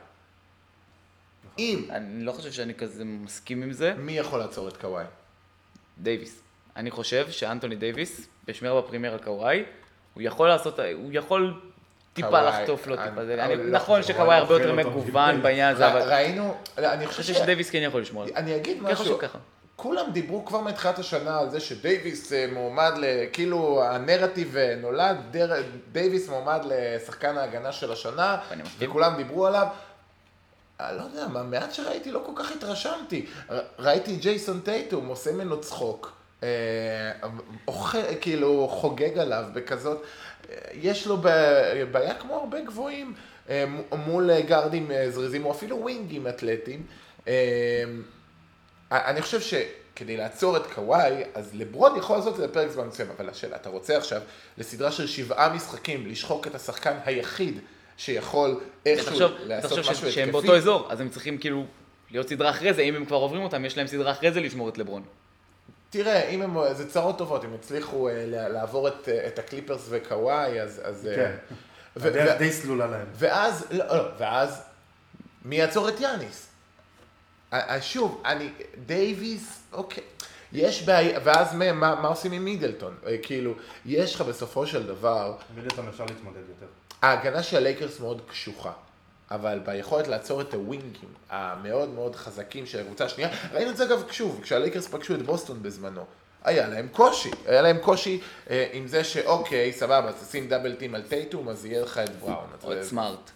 [SPEAKER 1] אם
[SPEAKER 3] אני לא חושב שאני כזה מסכים עם זה.
[SPEAKER 1] מי יכול לעצור את קוואי?
[SPEAKER 3] דייוויס. אני חושב שאנטוני דייוויס, בשמירה בפרימייר הקוואי, הוא יכול לעשות, הוא יכול טיפה
[SPEAKER 1] קוואי,
[SPEAKER 3] לחטוף לו
[SPEAKER 1] אני-
[SPEAKER 3] טיפה. זה-
[SPEAKER 1] אבל
[SPEAKER 3] אני-
[SPEAKER 1] לא,
[SPEAKER 3] נכון
[SPEAKER 2] קוואי
[SPEAKER 3] שקוואי הרבה
[SPEAKER 2] אוכל
[SPEAKER 3] יותר
[SPEAKER 2] אותו.
[SPEAKER 3] מגוון בעניין הזה, אבל
[SPEAKER 1] ר- ראינו, לא, אני
[SPEAKER 3] אני
[SPEAKER 1] חושב
[SPEAKER 3] חושב
[SPEAKER 1] ש...
[SPEAKER 3] שדייוויס כן יכול לשמור עליו.
[SPEAKER 1] אני אגיד
[SPEAKER 3] כן
[SPEAKER 1] משהו,
[SPEAKER 3] חושב ככה.
[SPEAKER 1] כולם דיברו כבר מתחילת השנה על זה שדייוויס אה, מועמד, ל- כאילו הנרטיב אה, נולד, דר- דייוויס מועמד לשחקן ההגנה של השנה,
[SPEAKER 3] ואני מסכים.
[SPEAKER 1] וכולם דיברו עליו. אני לא יודע, מהמעט שראיתי לא כל כך התרשמתי. ר- ראיתי ג'ייסון טייטום עושה ממנו צחוק. אה, אוכל- כאילו חוגג עליו בכזאת, אה, יש לו ב- בעיה כמו הרבה גבוהים אה, מ- מול אה, גארדים אה, זריזים או אפילו ווינגים אתלטיים. אה, אני חושב שכדי לעצור את קוואי, אז לברון יכול לעשות את זה לפרק זמן מסוים, אבל השאלה, אתה רוצה עכשיו לסדרה של שבעה משחקים, לשחוק את השחקן היחיד שיכול איכשהו
[SPEAKER 3] תחשוב,
[SPEAKER 1] לעשות
[SPEAKER 3] תחשוב
[SPEAKER 1] משהו
[SPEAKER 3] ש- שהם
[SPEAKER 1] התקפי?
[SPEAKER 3] באותו אזור, אז הם צריכים כאילו להיות סדרה אחרי זה, אם הם כבר עוברים אותם, יש להם סדרה אחרי זה לשמור את לברון.
[SPEAKER 1] אה, תראה, אם הם, זה צרות טובות, הם הצליחו אה, לה- לעבור את, אה, את הקליפרס וקוואי, אז... אז אה,
[SPEAKER 2] כן.
[SPEAKER 1] ו-
[SPEAKER 2] הדרך
[SPEAKER 1] ו-
[SPEAKER 2] די סלולה להם.
[SPEAKER 1] ואז, לא, לא, ואז, מי יעצור את יאניס? אה, אה, שוב, אני, דייוויס, אוקיי. יש בעיה, ואז מה, מה, מה עושים עם מידלטון? אה, כאילו, יש לך בסופו של דבר,
[SPEAKER 2] מידלטון אפשר להתמודד יותר.
[SPEAKER 1] ההגנה של הלייקרס מאוד קשוחה, אבל ביכולת לעצור את הווינגים המאוד מאוד חזקים של הקבוצה השנייה, ראינו את זה אגב שוב, כשהלייקרס פגשו את בוסטון בזמנו. היה להם קושי, היה להם קושי אה, עם זה שאוקיי, סבבה, אז תשים דאבל טים על טייטום, אז יהיה לך את בראון.
[SPEAKER 3] או את
[SPEAKER 1] אז-
[SPEAKER 3] סמארט.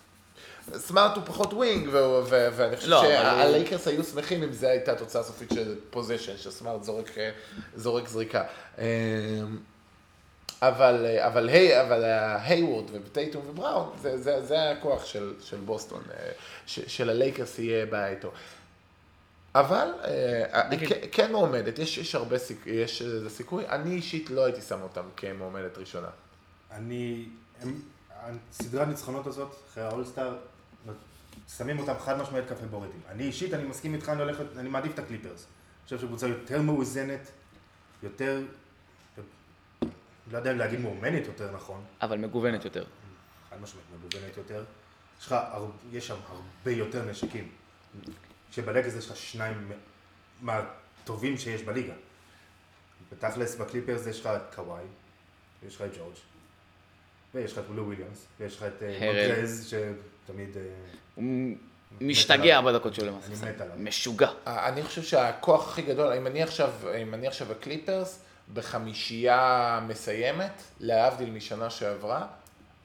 [SPEAKER 1] סמארט הוא פחות ווינג, ו- ו- ואני חושב
[SPEAKER 3] לא, אבל הוא-
[SPEAKER 1] שהלייקרס היו שמחים אם זו הייתה התוצאה הסופית של פוזיישן, שסמארט זורק, אה, זורק זריקה. אה, אבל, אה, אבל, היי, אבל אה, היוורד וטייטום ובראון, זה, זה, זה הכוח של, של בוסטון, אה, ש, של הלייקרס יהיה בעיה איתו. אבל אה,
[SPEAKER 3] נגיד.
[SPEAKER 1] כן- כן מועמדת, יש, יש הרבה סיכוי, יש איזה סיכוי, אני אישית לא הייתי שם אותם כמועמדת ראשונה.
[SPEAKER 2] אני... הם- הסדרת ניצחונות הזאת, אחרי האולסטאר, שמים אותם חד משמעית כפייבוריטים. אני אישית, אני מסכים איתך, אני הולך... אני מעדיף את הקליפרס. אני חושב שקבוצה יותר מאוזנת, יותר... לא יודע אם להגיד מאומנת יותר נכון,
[SPEAKER 3] אבל מגוונת
[SPEAKER 1] אה,
[SPEAKER 3] יותר.
[SPEAKER 2] חד משמעית מגוונת יותר. יש לך... הר- יש שם הרבה יותר נשקים. שבלגז יש לך שניים מ- מהטובים שיש בליגה. בתכלס בקליפרס יש לך את קוואי, ויש לך את ג'ורג', ויש לך את בלו וויליאמס, ויש לך את אה,
[SPEAKER 3] הרל.
[SPEAKER 2] מונטרז, שתמיד... אה,
[SPEAKER 3] הוא
[SPEAKER 1] אה,
[SPEAKER 3] משתגע
[SPEAKER 2] עליו.
[SPEAKER 3] בדקות שלו למעשה.
[SPEAKER 2] אני מת עליו.
[SPEAKER 3] משוגע.
[SPEAKER 1] אני חושב שהכוח הכי גדול, אם אני עכשיו, אם אני עכשיו הקליפרס, בחמישייה מסיימת, להבדיל משנה שעברה,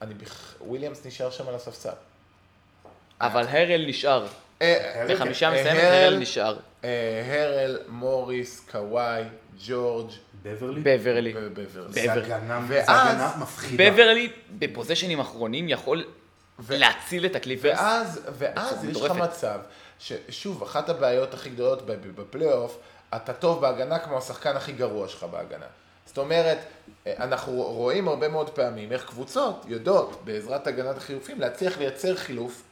[SPEAKER 1] אני בכ... וויליאמס נשאר שם על
[SPEAKER 3] אה,
[SPEAKER 1] הספסל.
[SPEAKER 3] אבל הרל נשאר.
[SPEAKER 1] אה,
[SPEAKER 2] הרל,
[SPEAKER 3] בחמישה
[SPEAKER 1] כן.
[SPEAKER 3] מסיימת
[SPEAKER 1] הרל-
[SPEAKER 3] הרל נשאר.
[SPEAKER 1] אה, הרל, מוריס, קוואי, ג'ורג'
[SPEAKER 2] בברלי?
[SPEAKER 3] בברלי.
[SPEAKER 1] ובברלי.
[SPEAKER 2] זה
[SPEAKER 3] בבר-
[SPEAKER 2] הגנה-
[SPEAKER 1] ואז-
[SPEAKER 2] זה הגנה מפחידה.
[SPEAKER 3] בברלי בפוזיישנים אחרונים יכול להציל את הקליפרס.
[SPEAKER 1] ואז, ואז יש לך
[SPEAKER 3] מטורפת.
[SPEAKER 1] מצב, ששוב, אחת הבעיות הכי גדולות ב- בפלייאוף, אתה טוב בהגנה כמו השחקן הכי גרוע שלך בהגנה. זאת אומרת, אה, אנחנו רואים הרבה מאוד פעמים איך קבוצות יודעות, בעזרת הגנת החילופים, להצליח לייצר חילוף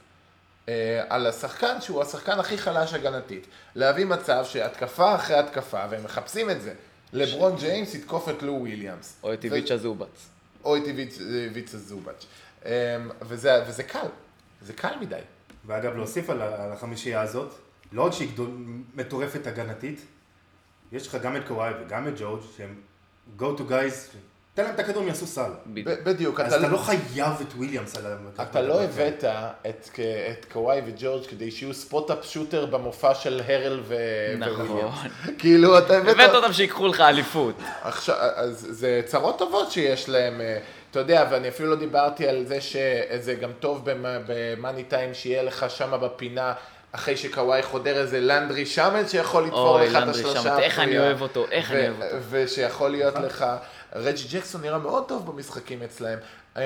[SPEAKER 1] אה, על השחקן שהוא השחקן הכי חלש הגנתית. להביא מצב שהתקפה אחרי התקפה, והם מחפשים את זה. לברון ג'יימס יתקוף את לו וויליאמס.
[SPEAKER 3] או את איביץ' הזובץ.
[SPEAKER 1] או את איביץ'- אה, איביץ' זובץ'. אמ, וזה, וזה קל, זה קל מדי.
[SPEAKER 2] ואגב, להוסיף על ה- על החמישייה הזאת, לא רק שהיא גדול- מטורפת הגנתית, יש לך גם את קוואי וגם את ג'ורג' שהם go to guys, תן להם את הכדור הם יעשו סל.
[SPEAKER 3] בדיוק.
[SPEAKER 1] ב- בדיוק,
[SPEAKER 2] אז אתה לא חייב את וויליאמס על ה...
[SPEAKER 1] אתה לא הבאת את, כ- את קוואי וג'ורג' כדי שיהיו ספוט-אפ שוטר במופע של הרל ו...
[SPEAKER 3] נכון.
[SPEAKER 1] וויליאמס. כאילו, אתה הבאת...
[SPEAKER 3] הבאת אותם שיקחו לך אליפות.
[SPEAKER 1] עכשיו, אז זה צרות טובות שיש להם, אה, אתה יודע, ואני אפילו לא דיברתי על זה שזה גם טוב במאני טיים שיהיה לך שמה בפינה, אחרי שקוואי חודר איזה לנדרי שמט שיכול לתפור
[SPEAKER 3] אוי,
[SPEAKER 1] לך את
[SPEAKER 3] לנדרי
[SPEAKER 1] השלושה
[SPEAKER 3] שמט, איך אני
[SPEAKER 1] הפנויה.
[SPEAKER 3] אוהב אותו, איך אני
[SPEAKER 1] ו-
[SPEAKER 3] אוהב אותו.
[SPEAKER 1] ושיכול להיות
[SPEAKER 2] נכון.
[SPEAKER 1] לך, רג'י ג'קסון נראה מאוד טוב במשחקים אצלהם. אה,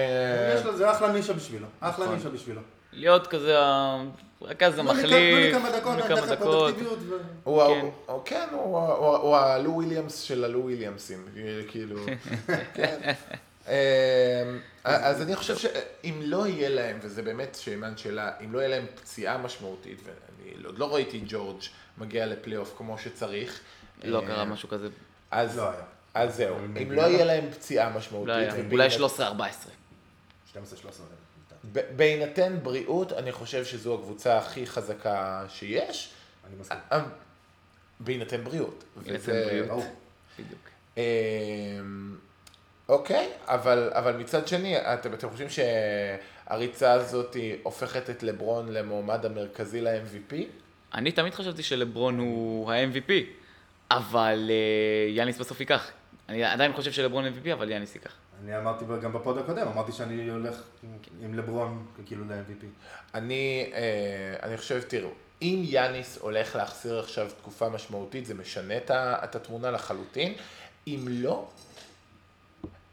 [SPEAKER 2] יש לו, זה אחלה נישה בשבילו, אחלה
[SPEAKER 3] נכון.
[SPEAKER 2] נישה בשבילו.
[SPEAKER 3] להיות כזה, ה- רכז
[SPEAKER 1] לא
[SPEAKER 3] המחליף, לא
[SPEAKER 2] תנו לי כמה דקות, אני אתן לך פרודקטיביות. ו-
[SPEAKER 1] הוא,
[SPEAKER 3] כן.
[SPEAKER 1] ה- הוא, כן, הוא, ה- הוא, ה- הוא הלו וויליאמס של הלו וויליאמסים, כאילו, כן. אמ, אז אני חושב שאם לא יהיה להם, וזה באמת שאמן שאלה, אם לא יהיה להם פציעה משמעותית, ואני עוד לא ראיתי ג'ורג' מגיע לפלייאוף כמו שצריך.
[SPEAKER 3] לא
[SPEAKER 1] אה,
[SPEAKER 3] קרה משהו כזה,
[SPEAKER 1] אז,
[SPEAKER 2] לא היה.
[SPEAKER 1] אז זהו,
[SPEAKER 2] אבל
[SPEAKER 1] אם
[SPEAKER 2] מגיע
[SPEAKER 1] לא
[SPEAKER 2] לה.
[SPEAKER 1] יהיה להם פציעה משמעותית,
[SPEAKER 3] לא היה,
[SPEAKER 1] ובהינתן-
[SPEAKER 3] אולי 13-14.
[SPEAKER 2] 12, 13.
[SPEAKER 1] ב- בהינתן בריאות, אני חושב שזו הקבוצה הכי חזקה שיש,
[SPEAKER 2] אני מסכים.
[SPEAKER 1] אה, בהינתן בריאות.
[SPEAKER 3] בהינתן
[SPEAKER 1] וזה-
[SPEAKER 3] בריאות.
[SPEAKER 2] ברור.
[SPEAKER 3] בדיוק.
[SPEAKER 1] אמ, אוקיי, אבל, אבל מצד שני, אתם, אתם חושבים שהריצה הזאת היא הופכת את לברון למועמד המרכזי ל-MVP?
[SPEAKER 3] אני תמיד חשבתי שלברון הוא ה-MVP, אבל אה, יאניס בסוף ייקח. אני עדיין חושב שלברון MVP, אבל יאניס ייקח.
[SPEAKER 2] אני אמרתי גם בפוד הקודם, אמרתי שאני הולך עם לברון כאילו ל-MVP.
[SPEAKER 1] אני, אה, אני חושב, תראו, אם יאניס הולך להחסיר עכשיו תקופה משמעותית, זה משנה את, ה- את התמונה לחלוטין. אם לא,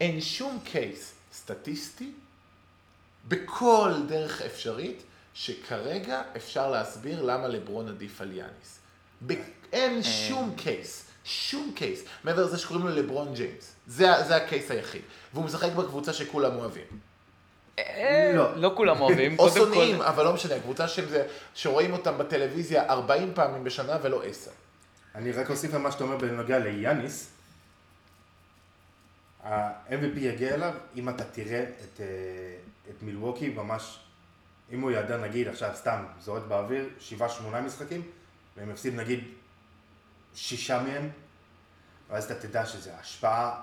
[SPEAKER 1] אין שום קייס סטטיסטי, בכל דרך אפשרית, שכרגע אפשר להסביר למה לברון עדיף על יאניס. ב- אין שום קייס, שום קייס, מעבר לזה שקוראים לו לברון ג'יימס. זה, ה- זה הקייס היחיד. והוא משחק בקבוצה שכולם אוהבים.
[SPEAKER 2] לא.
[SPEAKER 3] לא כולם אוהבים,
[SPEAKER 1] או
[SPEAKER 3] קודם
[SPEAKER 1] שונאים,
[SPEAKER 3] כל.
[SPEAKER 1] אבל לא משנה, קבוצה שזה, שרואים אותם בטלוויזיה 40 פעמים בשנה ולא 10.
[SPEAKER 2] אני רק אוסיף על מה שאתה אומר בנוגע ליאניס. ה-MVP יגיע אליו אם אתה תראה את, אה, את מילווקי ממש, אם הוא ידע נגיד עכשיו סתם זורק באוויר, שבעה שמונה משחקים, והם יפסיד נגיד שישה מהם, ואז אתה תדע שזו השפעה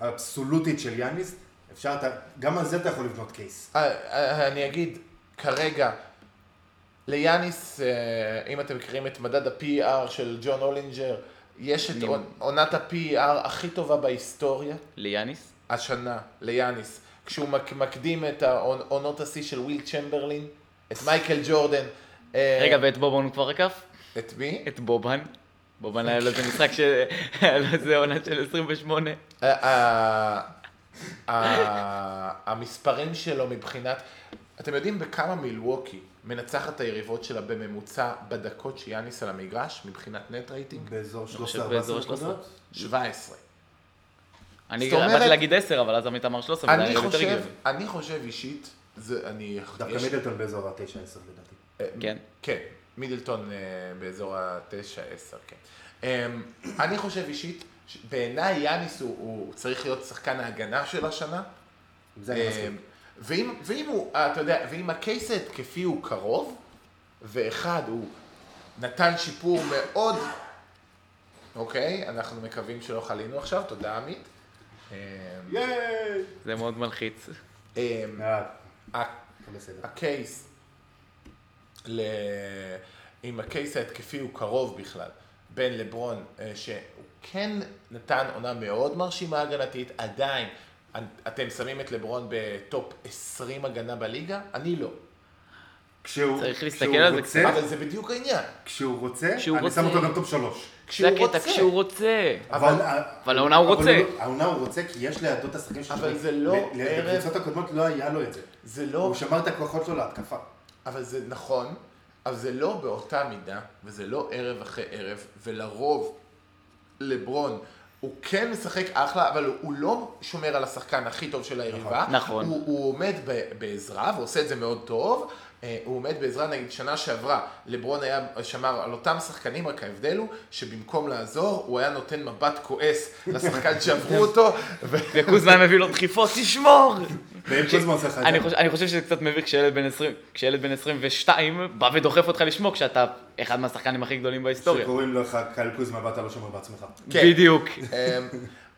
[SPEAKER 2] אבסולוטית של יאניס, אפשר, אתה, גם על זה אתה יכול לבנות קייס.
[SPEAKER 1] אה, אה, אני אגיד, כרגע, ליאניס, אה, אם אתם מכירים את מדד ה-PR של ג'ון אולינג'ר, יש את
[SPEAKER 3] אני-
[SPEAKER 1] עונ- עונת ה-PR הכי טובה בהיסטוריה,
[SPEAKER 3] ליאניס?
[SPEAKER 1] השנה, ליאניס, כשהוא מק- מקדים את העונ- עונות השיא של וויל צ'מברלין, את מייקל ג'ורדן. אה,
[SPEAKER 3] רגע, ואת בובן הוא כבר עקף?
[SPEAKER 1] את מי?
[SPEAKER 3] את בובן. בובן היה לו איזה משחק ש... היה לו איזה עונה של 28.
[SPEAKER 1] ה- ה- ה- המספרים שלו מבחינת, אתם יודעים בכמה מילווקי מנצחת את היריבות שלה בממוצע בדקות שיאניס על המגרש מבחינת נט רייטינג?
[SPEAKER 2] באזור
[SPEAKER 3] חושב
[SPEAKER 2] 13-14
[SPEAKER 3] באזור 13.
[SPEAKER 2] נקודות.
[SPEAKER 1] 17.
[SPEAKER 3] אני
[SPEAKER 1] זאת אומרת-
[SPEAKER 3] באתי להגיד 10, אבל אז עמית אמר 13, וזה היה
[SPEAKER 1] אני
[SPEAKER 3] יותר
[SPEAKER 1] חושב,
[SPEAKER 3] הגיוני.
[SPEAKER 1] אני חושב אישית, זה אני...
[SPEAKER 2] דווקא
[SPEAKER 1] יש-
[SPEAKER 2] מידלטון באזור ה-9-10 לדעתי.
[SPEAKER 3] כן.
[SPEAKER 1] כן, מידלטון אה, באזור ה-9-10, כן. אמ, אני חושב אישית, ש- בעיניי יאניס הוא- הוא צריך להיות שחקן ההגנה של השנה.
[SPEAKER 2] עם זה
[SPEAKER 3] אה,
[SPEAKER 2] אני מסכים.
[SPEAKER 1] אמ, ואם, ואם הוא, אה, אתה יודע, ואם הקייס ההתקפי הוא קרוב, ואחד הוא נתן שיפור מאוד, אוקיי, אנחנו מקווים שלא חלינו עכשיו, תודה עמית. אמ,
[SPEAKER 3] אה,
[SPEAKER 2] ייי!
[SPEAKER 3] זה מאוד מלחיץ.
[SPEAKER 1] אמ,
[SPEAKER 2] מעט,
[SPEAKER 3] אה,
[SPEAKER 1] ה-
[SPEAKER 2] הכל בסדר.
[SPEAKER 1] הקייס, ל... אם הקייס ההתקפי הוא קרוב בכלל, בין לברון, אה, שהוא כן נתן עונה מאוד מרשימה הגנתית, עדיין, אנ- אתם שמים את לברון בטופ 20 הגנה בליגה? אני לא.
[SPEAKER 2] כשהוא
[SPEAKER 3] צריך להסתכל
[SPEAKER 2] כשהוא
[SPEAKER 3] על זה
[SPEAKER 2] רוצה-
[SPEAKER 1] אבל זה בדיוק העניין.
[SPEAKER 2] כשהוא רוצה,
[SPEAKER 3] כשהוא
[SPEAKER 2] אני שם
[SPEAKER 3] רוצה.
[SPEAKER 2] אותו גם טופ שלוש.
[SPEAKER 3] זה הקטע כשהוא רוצה.
[SPEAKER 1] אבל-
[SPEAKER 2] ה-
[SPEAKER 3] אבל העונה הוא
[SPEAKER 2] אבל
[SPEAKER 3] רוצה.
[SPEAKER 2] לא- העונה הוא רוצה כי יש לידו את השחקנים שלו.
[SPEAKER 1] אבל זה לא ערב-
[SPEAKER 2] לקבוצות הקודמות לא היה לו את זה.
[SPEAKER 1] זה לא,
[SPEAKER 2] הוא שמר את הכוחות שלו להתקפה.
[SPEAKER 1] אבל זה נכון, אבל זה לא באותה מידה, וזה לא ערב אחרי ערב, ולרוב לברון. הוא כן משחק אחלה, אבל הוא, הוא לא שומר על השחקן הכי טוב של היריבה.
[SPEAKER 3] נכון.
[SPEAKER 1] הוא, הוא עומד ב, בעזרה, והוא עושה את זה מאוד טוב. אה, הוא עומד בעזרה, נגיד שנה שעברה, לברון היה שמר על אותם שחקנים, רק ההבדל הוא שבמקום לעזור, הוא היה נותן מבט כועס לשחקן שעברו אותו. ו...
[SPEAKER 3] וקוזמן מביא לו דחיפות, תשמור!
[SPEAKER 2] ואם קוזמן עושה לך את
[SPEAKER 3] אני
[SPEAKER 2] זה,
[SPEAKER 3] חושב- אני חושב שזה קצת מביך כשילד בן 20, כשילד בן 22 בא ודוחף אותך לשמור כשאתה אחד מהשחקנים הכי גדולים בהיסטוריה.
[SPEAKER 2] שקוראים לך קל קוזמן ואתה לא שומר בעצמך.
[SPEAKER 1] כן.
[SPEAKER 3] בדיוק.
[SPEAKER 1] אמ,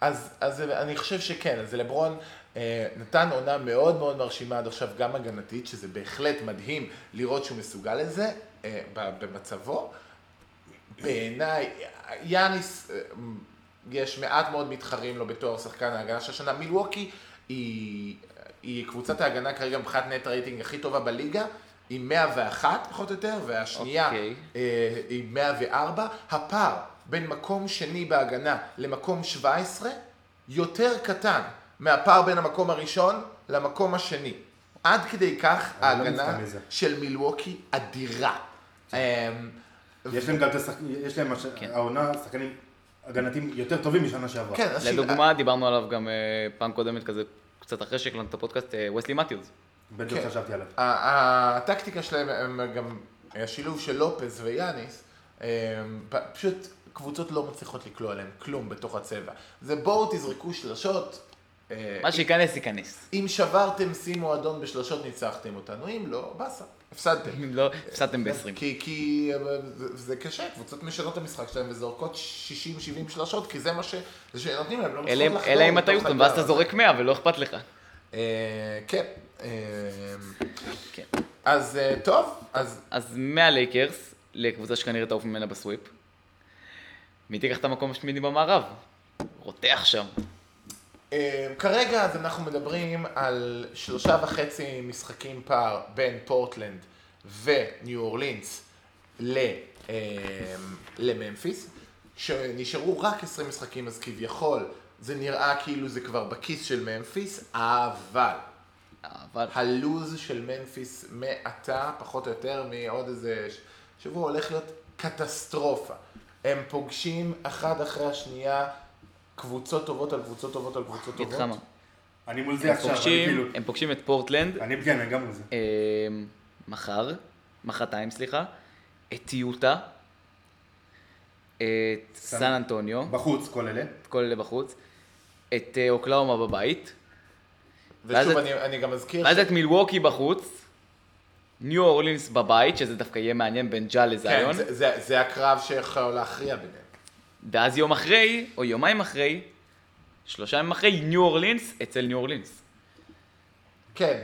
[SPEAKER 1] אז, אז אני חושב שכן, אז לברון אה, נתן עונה מאוד מאוד מרשימה עד עכשיו, גם הגנתית, שזה בהחלט מדהים לראות שהוא מסוגל לזה אה, ב- במצבו. בעיניי, יאניס, אה, יש מעט מאוד מתחרים לו בתואר שחקן ההגנה של השנה. מילווקי היא, היא קבוצת ההגנה כרגע מבחינת נט רייטינג הכי טובה בליגה, היא 101 פחות או יותר, והשנייה
[SPEAKER 3] אוקיי.
[SPEAKER 1] אה, היא 104. הפער בין מקום שני בהגנה למקום 17 יותר קטן מהפער בין המקום הראשון למקום השני. עד כדי כך
[SPEAKER 2] אני לא
[SPEAKER 1] ההגנה
[SPEAKER 2] מופתע מזה.
[SPEAKER 1] של מילווקי אדירה. אמ,
[SPEAKER 2] יש להם גם את השחקנים, יש להם הש-
[SPEAKER 3] כן.
[SPEAKER 2] העונה שחקנים הגנתיים יותר טובים משנה שעברה.
[SPEAKER 1] כן, אז שהיא-
[SPEAKER 3] לדוגמה, דיברנו עליו גם אה, פעם קודמת כזה, קצת אחרי שהקלטנו את הפודקאסט, אה, וסלי מתיוס.
[SPEAKER 2] בדיוק
[SPEAKER 1] כן.
[SPEAKER 2] חשבתי עליו.
[SPEAKER 1] ה- ה- הטקטיקה שלהם, הם גם, השילוב של לופז ויאניס, הם פ- פשוט קבוצות לא מצליחות לקלוע עליהם כלום בתוך הצבע. זה בואו תזרקו שלשות, אה,
[SPEAKER 3] מה שייכנס ייכנס.
[SPEAKER 1] אם שברתם שיא מועדון בשלשות ניצחתם אותנו, אם לא, באסה, הפסדתם.
[SPEAKER 3] אם לא, הפסדתם ב-20.
[SPEAKER 1] כי, כי אה, זה, זה קשה, קבוצות משנות את המשחק שלהם וזורקות 60-70 שלשות, כי זה מה ש... זה שנותנים להם, לא מצליחות לחדור.
[SPEAKER 3] אלא אם אתה
[SPEAKER 1] מתוך
[SPEAKER 3] יוסטון, ואז אתה
[SPEAKER 1] הגב.
[SPEAKER 3] זורק 100 ולא אכפת לך.
[SPEAKER 1] אה, כן. אה,
[SPEAKER 3] כן.
[SPEAKER 1] אז אה, טוב, אז
[SPEAKER 3] אז מהלייקרס, לקבוצה שכנראה תעוף ממנה בסוויפ. מי תיקח את המקום השמיני במערב? רותח שם.
[SPEAKER 1] אה, כרגע אז אנחנו מדברים על שלושה וחצי משחקים פער בין פורטלנד וניו אורלינס ל, אה, לממפיס, שנשארו רק 20 משחקים, אז כביכול זה נראה כאילו זה כבר בכיס של ממפיס, אבל
[SPEAKER 3] אבל
[SPEAKER 1] הלוז של ממפיס מעתה, פחות או יותר, מעוד איזה ש- שבוע הולך להיות קטסטרופה. הם פוגשים אחת אחרי השנייה קבוצות טובות על קבוצות טובות על קבוצות
[SPEAKER 3] אגיד
[SPEAKER 1] טובות.
[SPEAKER 3] לך מה,
[SPEAKER 2] אני מול זה
[SPEAKER 3] הם
[SPEAKER 2] עכשיו, אני כאילו...
[SPEAKER 3] פוגשים- הם פוגשים את פורטלנד
[SPEAKER 2] אני כן, אני גם מול זה.
[SPEAKER 3] אה, מחר, מחרתיים סליחה, את יוטה, את סן אנטוניו,
[SPEAKER 2] בחוץ, כל אלה.
[SPEAKER 3] את כל אלה בחוץ, את אה, אוקלאומה בבית, ואז
[SPEAKER 1] ושוב,
[SPEAKER 3] את-
[SPEAKER 1] אני, אני גם אזכיר
[SPEAKER 3] ואז את מילווקי בחוץ, ניו אורלינס בבית, שזה דווקא יהיה מעניין בין ג'ה
[SPEAKER 1] כן,
[SPEAKER 3] לזיון,
[SPEAKER 1] זה, זה, זה הקרב שיכול להכריע ביניהם.
[SPEAKER 3] ואז יום אחרי, או יומיים אחרי, שלושה ימים אחרי, ניו אורלינס אצל ניו אורלינס.
[SPEAKER 1] כן.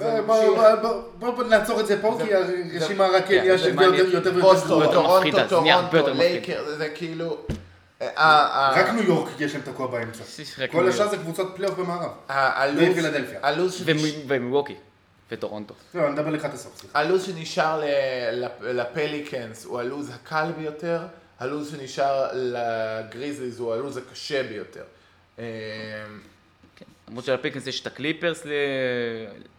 [SPEAKER 2] אה, בוא- בוא- בוא- בוא- בוא נעצור את זה פה,
[SPEAKER 1] זה-
[SPEAKER 2] כי הרשימה
[SPEAKER 1] זה-
[SPEAKER 2] רק נהיה
[SPEAKER 3] זה
[SPEAKER 2] שזה
[SPEAKER 3] מעניין.
[SPEAKER 2] יותר- יותר ויותר
[SPEAKER 1] בוסטון,
[SPEAKER 2] גרועה.
[SPEAKER 3] יותר מפחיד,
[SPEAKER 1] טורונטו,
[SPEAKER 3] אז נהיה הרבה
[SPEAKER 1] טורונטו,
[SPEAKER 3] יותר מפחיד.
[SPEAKER 1] לייקר, זה כאילו... אה, ה- ה-
[SPEAKER 2] רק ניו יורק יש להם תקוע באמצע.
[SPEAKER 3] שיש רק ניו
[SPEAKER 2] כל השאר
[SPEAKER 3] יורק.
[SPEAKER 2] זה קבוצות פלייאוף במערב.
[SPEAKER 1] ה- הלו"ז-
[SPEAKER 2] ופילדלפיה.
[SPEAKER 1] הלו"ז שנש-
[SPEAKER 3] ומ- ומילווקי, וטורונטו.
[SPEAKER 2] לא, אני מדבר לקראת הסוף, סליחה.
[SPEAKER 1] הלו"ז שנשאר ל- לפ- לפליקנס הוא הלו"ז הקל ביותר, הלו"ז שנשאר לגריזליז הוא הלו"ז הקשה ביותר. אה,
[SPEAKER 3] למרות שלפיקנס יש את הקליפרס, ל-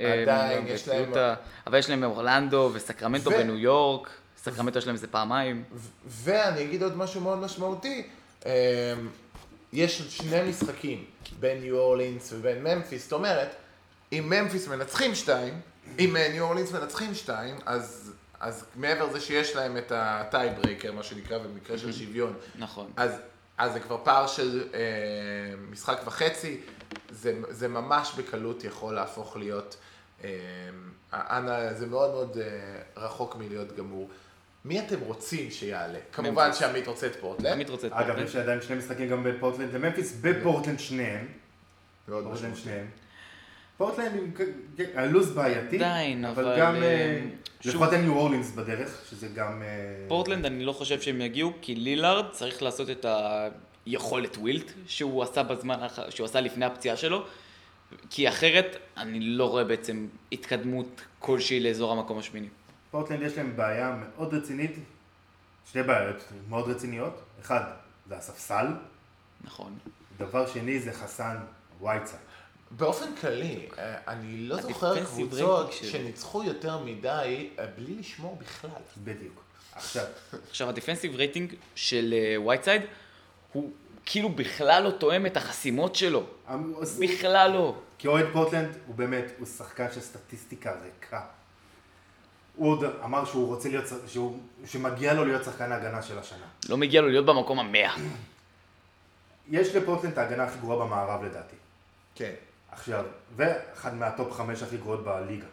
[SPEAKER 3] אה,
[SPEAKER 1] עדיין,
[SPEAKER 3] ואת
[SPEAKER 1] יש להם-
[SPEAKER 3] יוטה, אבל יש להם אורלנדו וסקרמנטו
[SPEAKER 1] ו-
[SPEAKER 3] בניו יורק, סקרמנטו יש להם איזה פעמיים.
[SPEAKER 1] ו- ואני אגיד עוד משהו מאוד משמעותי, אה, יש עוד שני משחקים בין ניו אורלינס ובין ממפיס, זאת אומרת, אם ממפיס מנצחים שתיים, אם אה, ניו אורלינס מנצחים שתיים, אז... אז מעבר לזה שיש להם את הטייברייקר, מה שנקרא, במקרה של שוויון,
[SPEAKER 3] נכון.
[SPEAKER 1] אז, אז זה כבר פער של אה, משחק וחצי, זה, זה ממש בקלות יכול להפוך להיות, אה, אנא, זה מאוד מאוד אה, רחוק מלהיות גמור. מי אתם רוצים שיעלה? כמובן
[SPEAKER 3] ממפיס.
[SPEAKER 1] שעמית רוצה את פורטלנד.
[SPEAKER 3] תמיד רוצה את
[SPEAKER 2] אגב,
[SPEAKER 3] פורטלנד.
[SPEAKER 2] יש עדיין שני משחקים גם בפורטלנד וממפיס, בפורטלנד שניהם.
[SPEAKER 1] מאוד
[SPEAKER 2] פורטלנד
[SPEAKER 1] משמעותי.
[SPEAKER 2] שניהם. פורטלנד עם כ- כן, הלו"ז בעייתי,
[SPEAKER 3] עדיין, אבל,
[SPEAKER 2] אבל גם
[SPEAKER 3] אה,
[SPEAKER 2] אה,
[SPEAKER 3] שוב-
[SPEAKER 2] לפחות אין ניו אורלינס בדרך, שזה גם... אה,
[SPEAKER 3] פורטלנד אני לא חושב שהם יגיעו, כי לילארד צריך לעשות את היכולת ווילט שהוא עשה בזמן, האח- שהוא עשה לפני הפציעה שלו, כי אחרת אני לא רואה בעצם התקדמות כלשהי לאזור המקום השמיני.
[SPEAKER 2] פורטלנד יש להם בעיה מאוד רצינית, שתי בעיות מאוד רציניות. אחד, זה הספסל.
[SPEAKER 3] נכון.
[SPEAKER 2] דבר שני, זה חסן וייצה.
[SPEAKER 1] באופן כללי, אה, אני לא זוכר
[SPEAKER 3] ה-defensive
[SPEAKER 1] קבוצות
[SPEAKER 3] rating שלו.
[SPEAKER 1] שניצחו יותר מדי אה, בלי לשמור בכלל.
[SPEAKER 2] בדיוק. עכשיו,
[SPEAKER 3] עכשיו, הדפנסיב רייטינג של וייטסייד הוא כאילו בכלל לא תואם את החסימות שלו.
[SPEAKER 2] אמ-
[SPEAKER 3] בכלל לא.
[SPEAKER 2] כי אוהד פורטלנד הוא באמת, הוא שחקן של סטטיסטיקה ריקה. הוא עוד אמר שהוא רוצה להיות, ש- שהוא, שמגיע לו להיות שחקן ההגנה של השנה.
[SPEAKER 3] לא מגיע לו להיות במקום המאה.
[SPEAKER 2] יש לפורטלנד את ההגנה הכי גרועה במערב לדעתי.
[SPEAKER 1] כן.
[SPEAKER 2] עכשיו, ואחד מהטופ חמש הכי גרועות בליגה.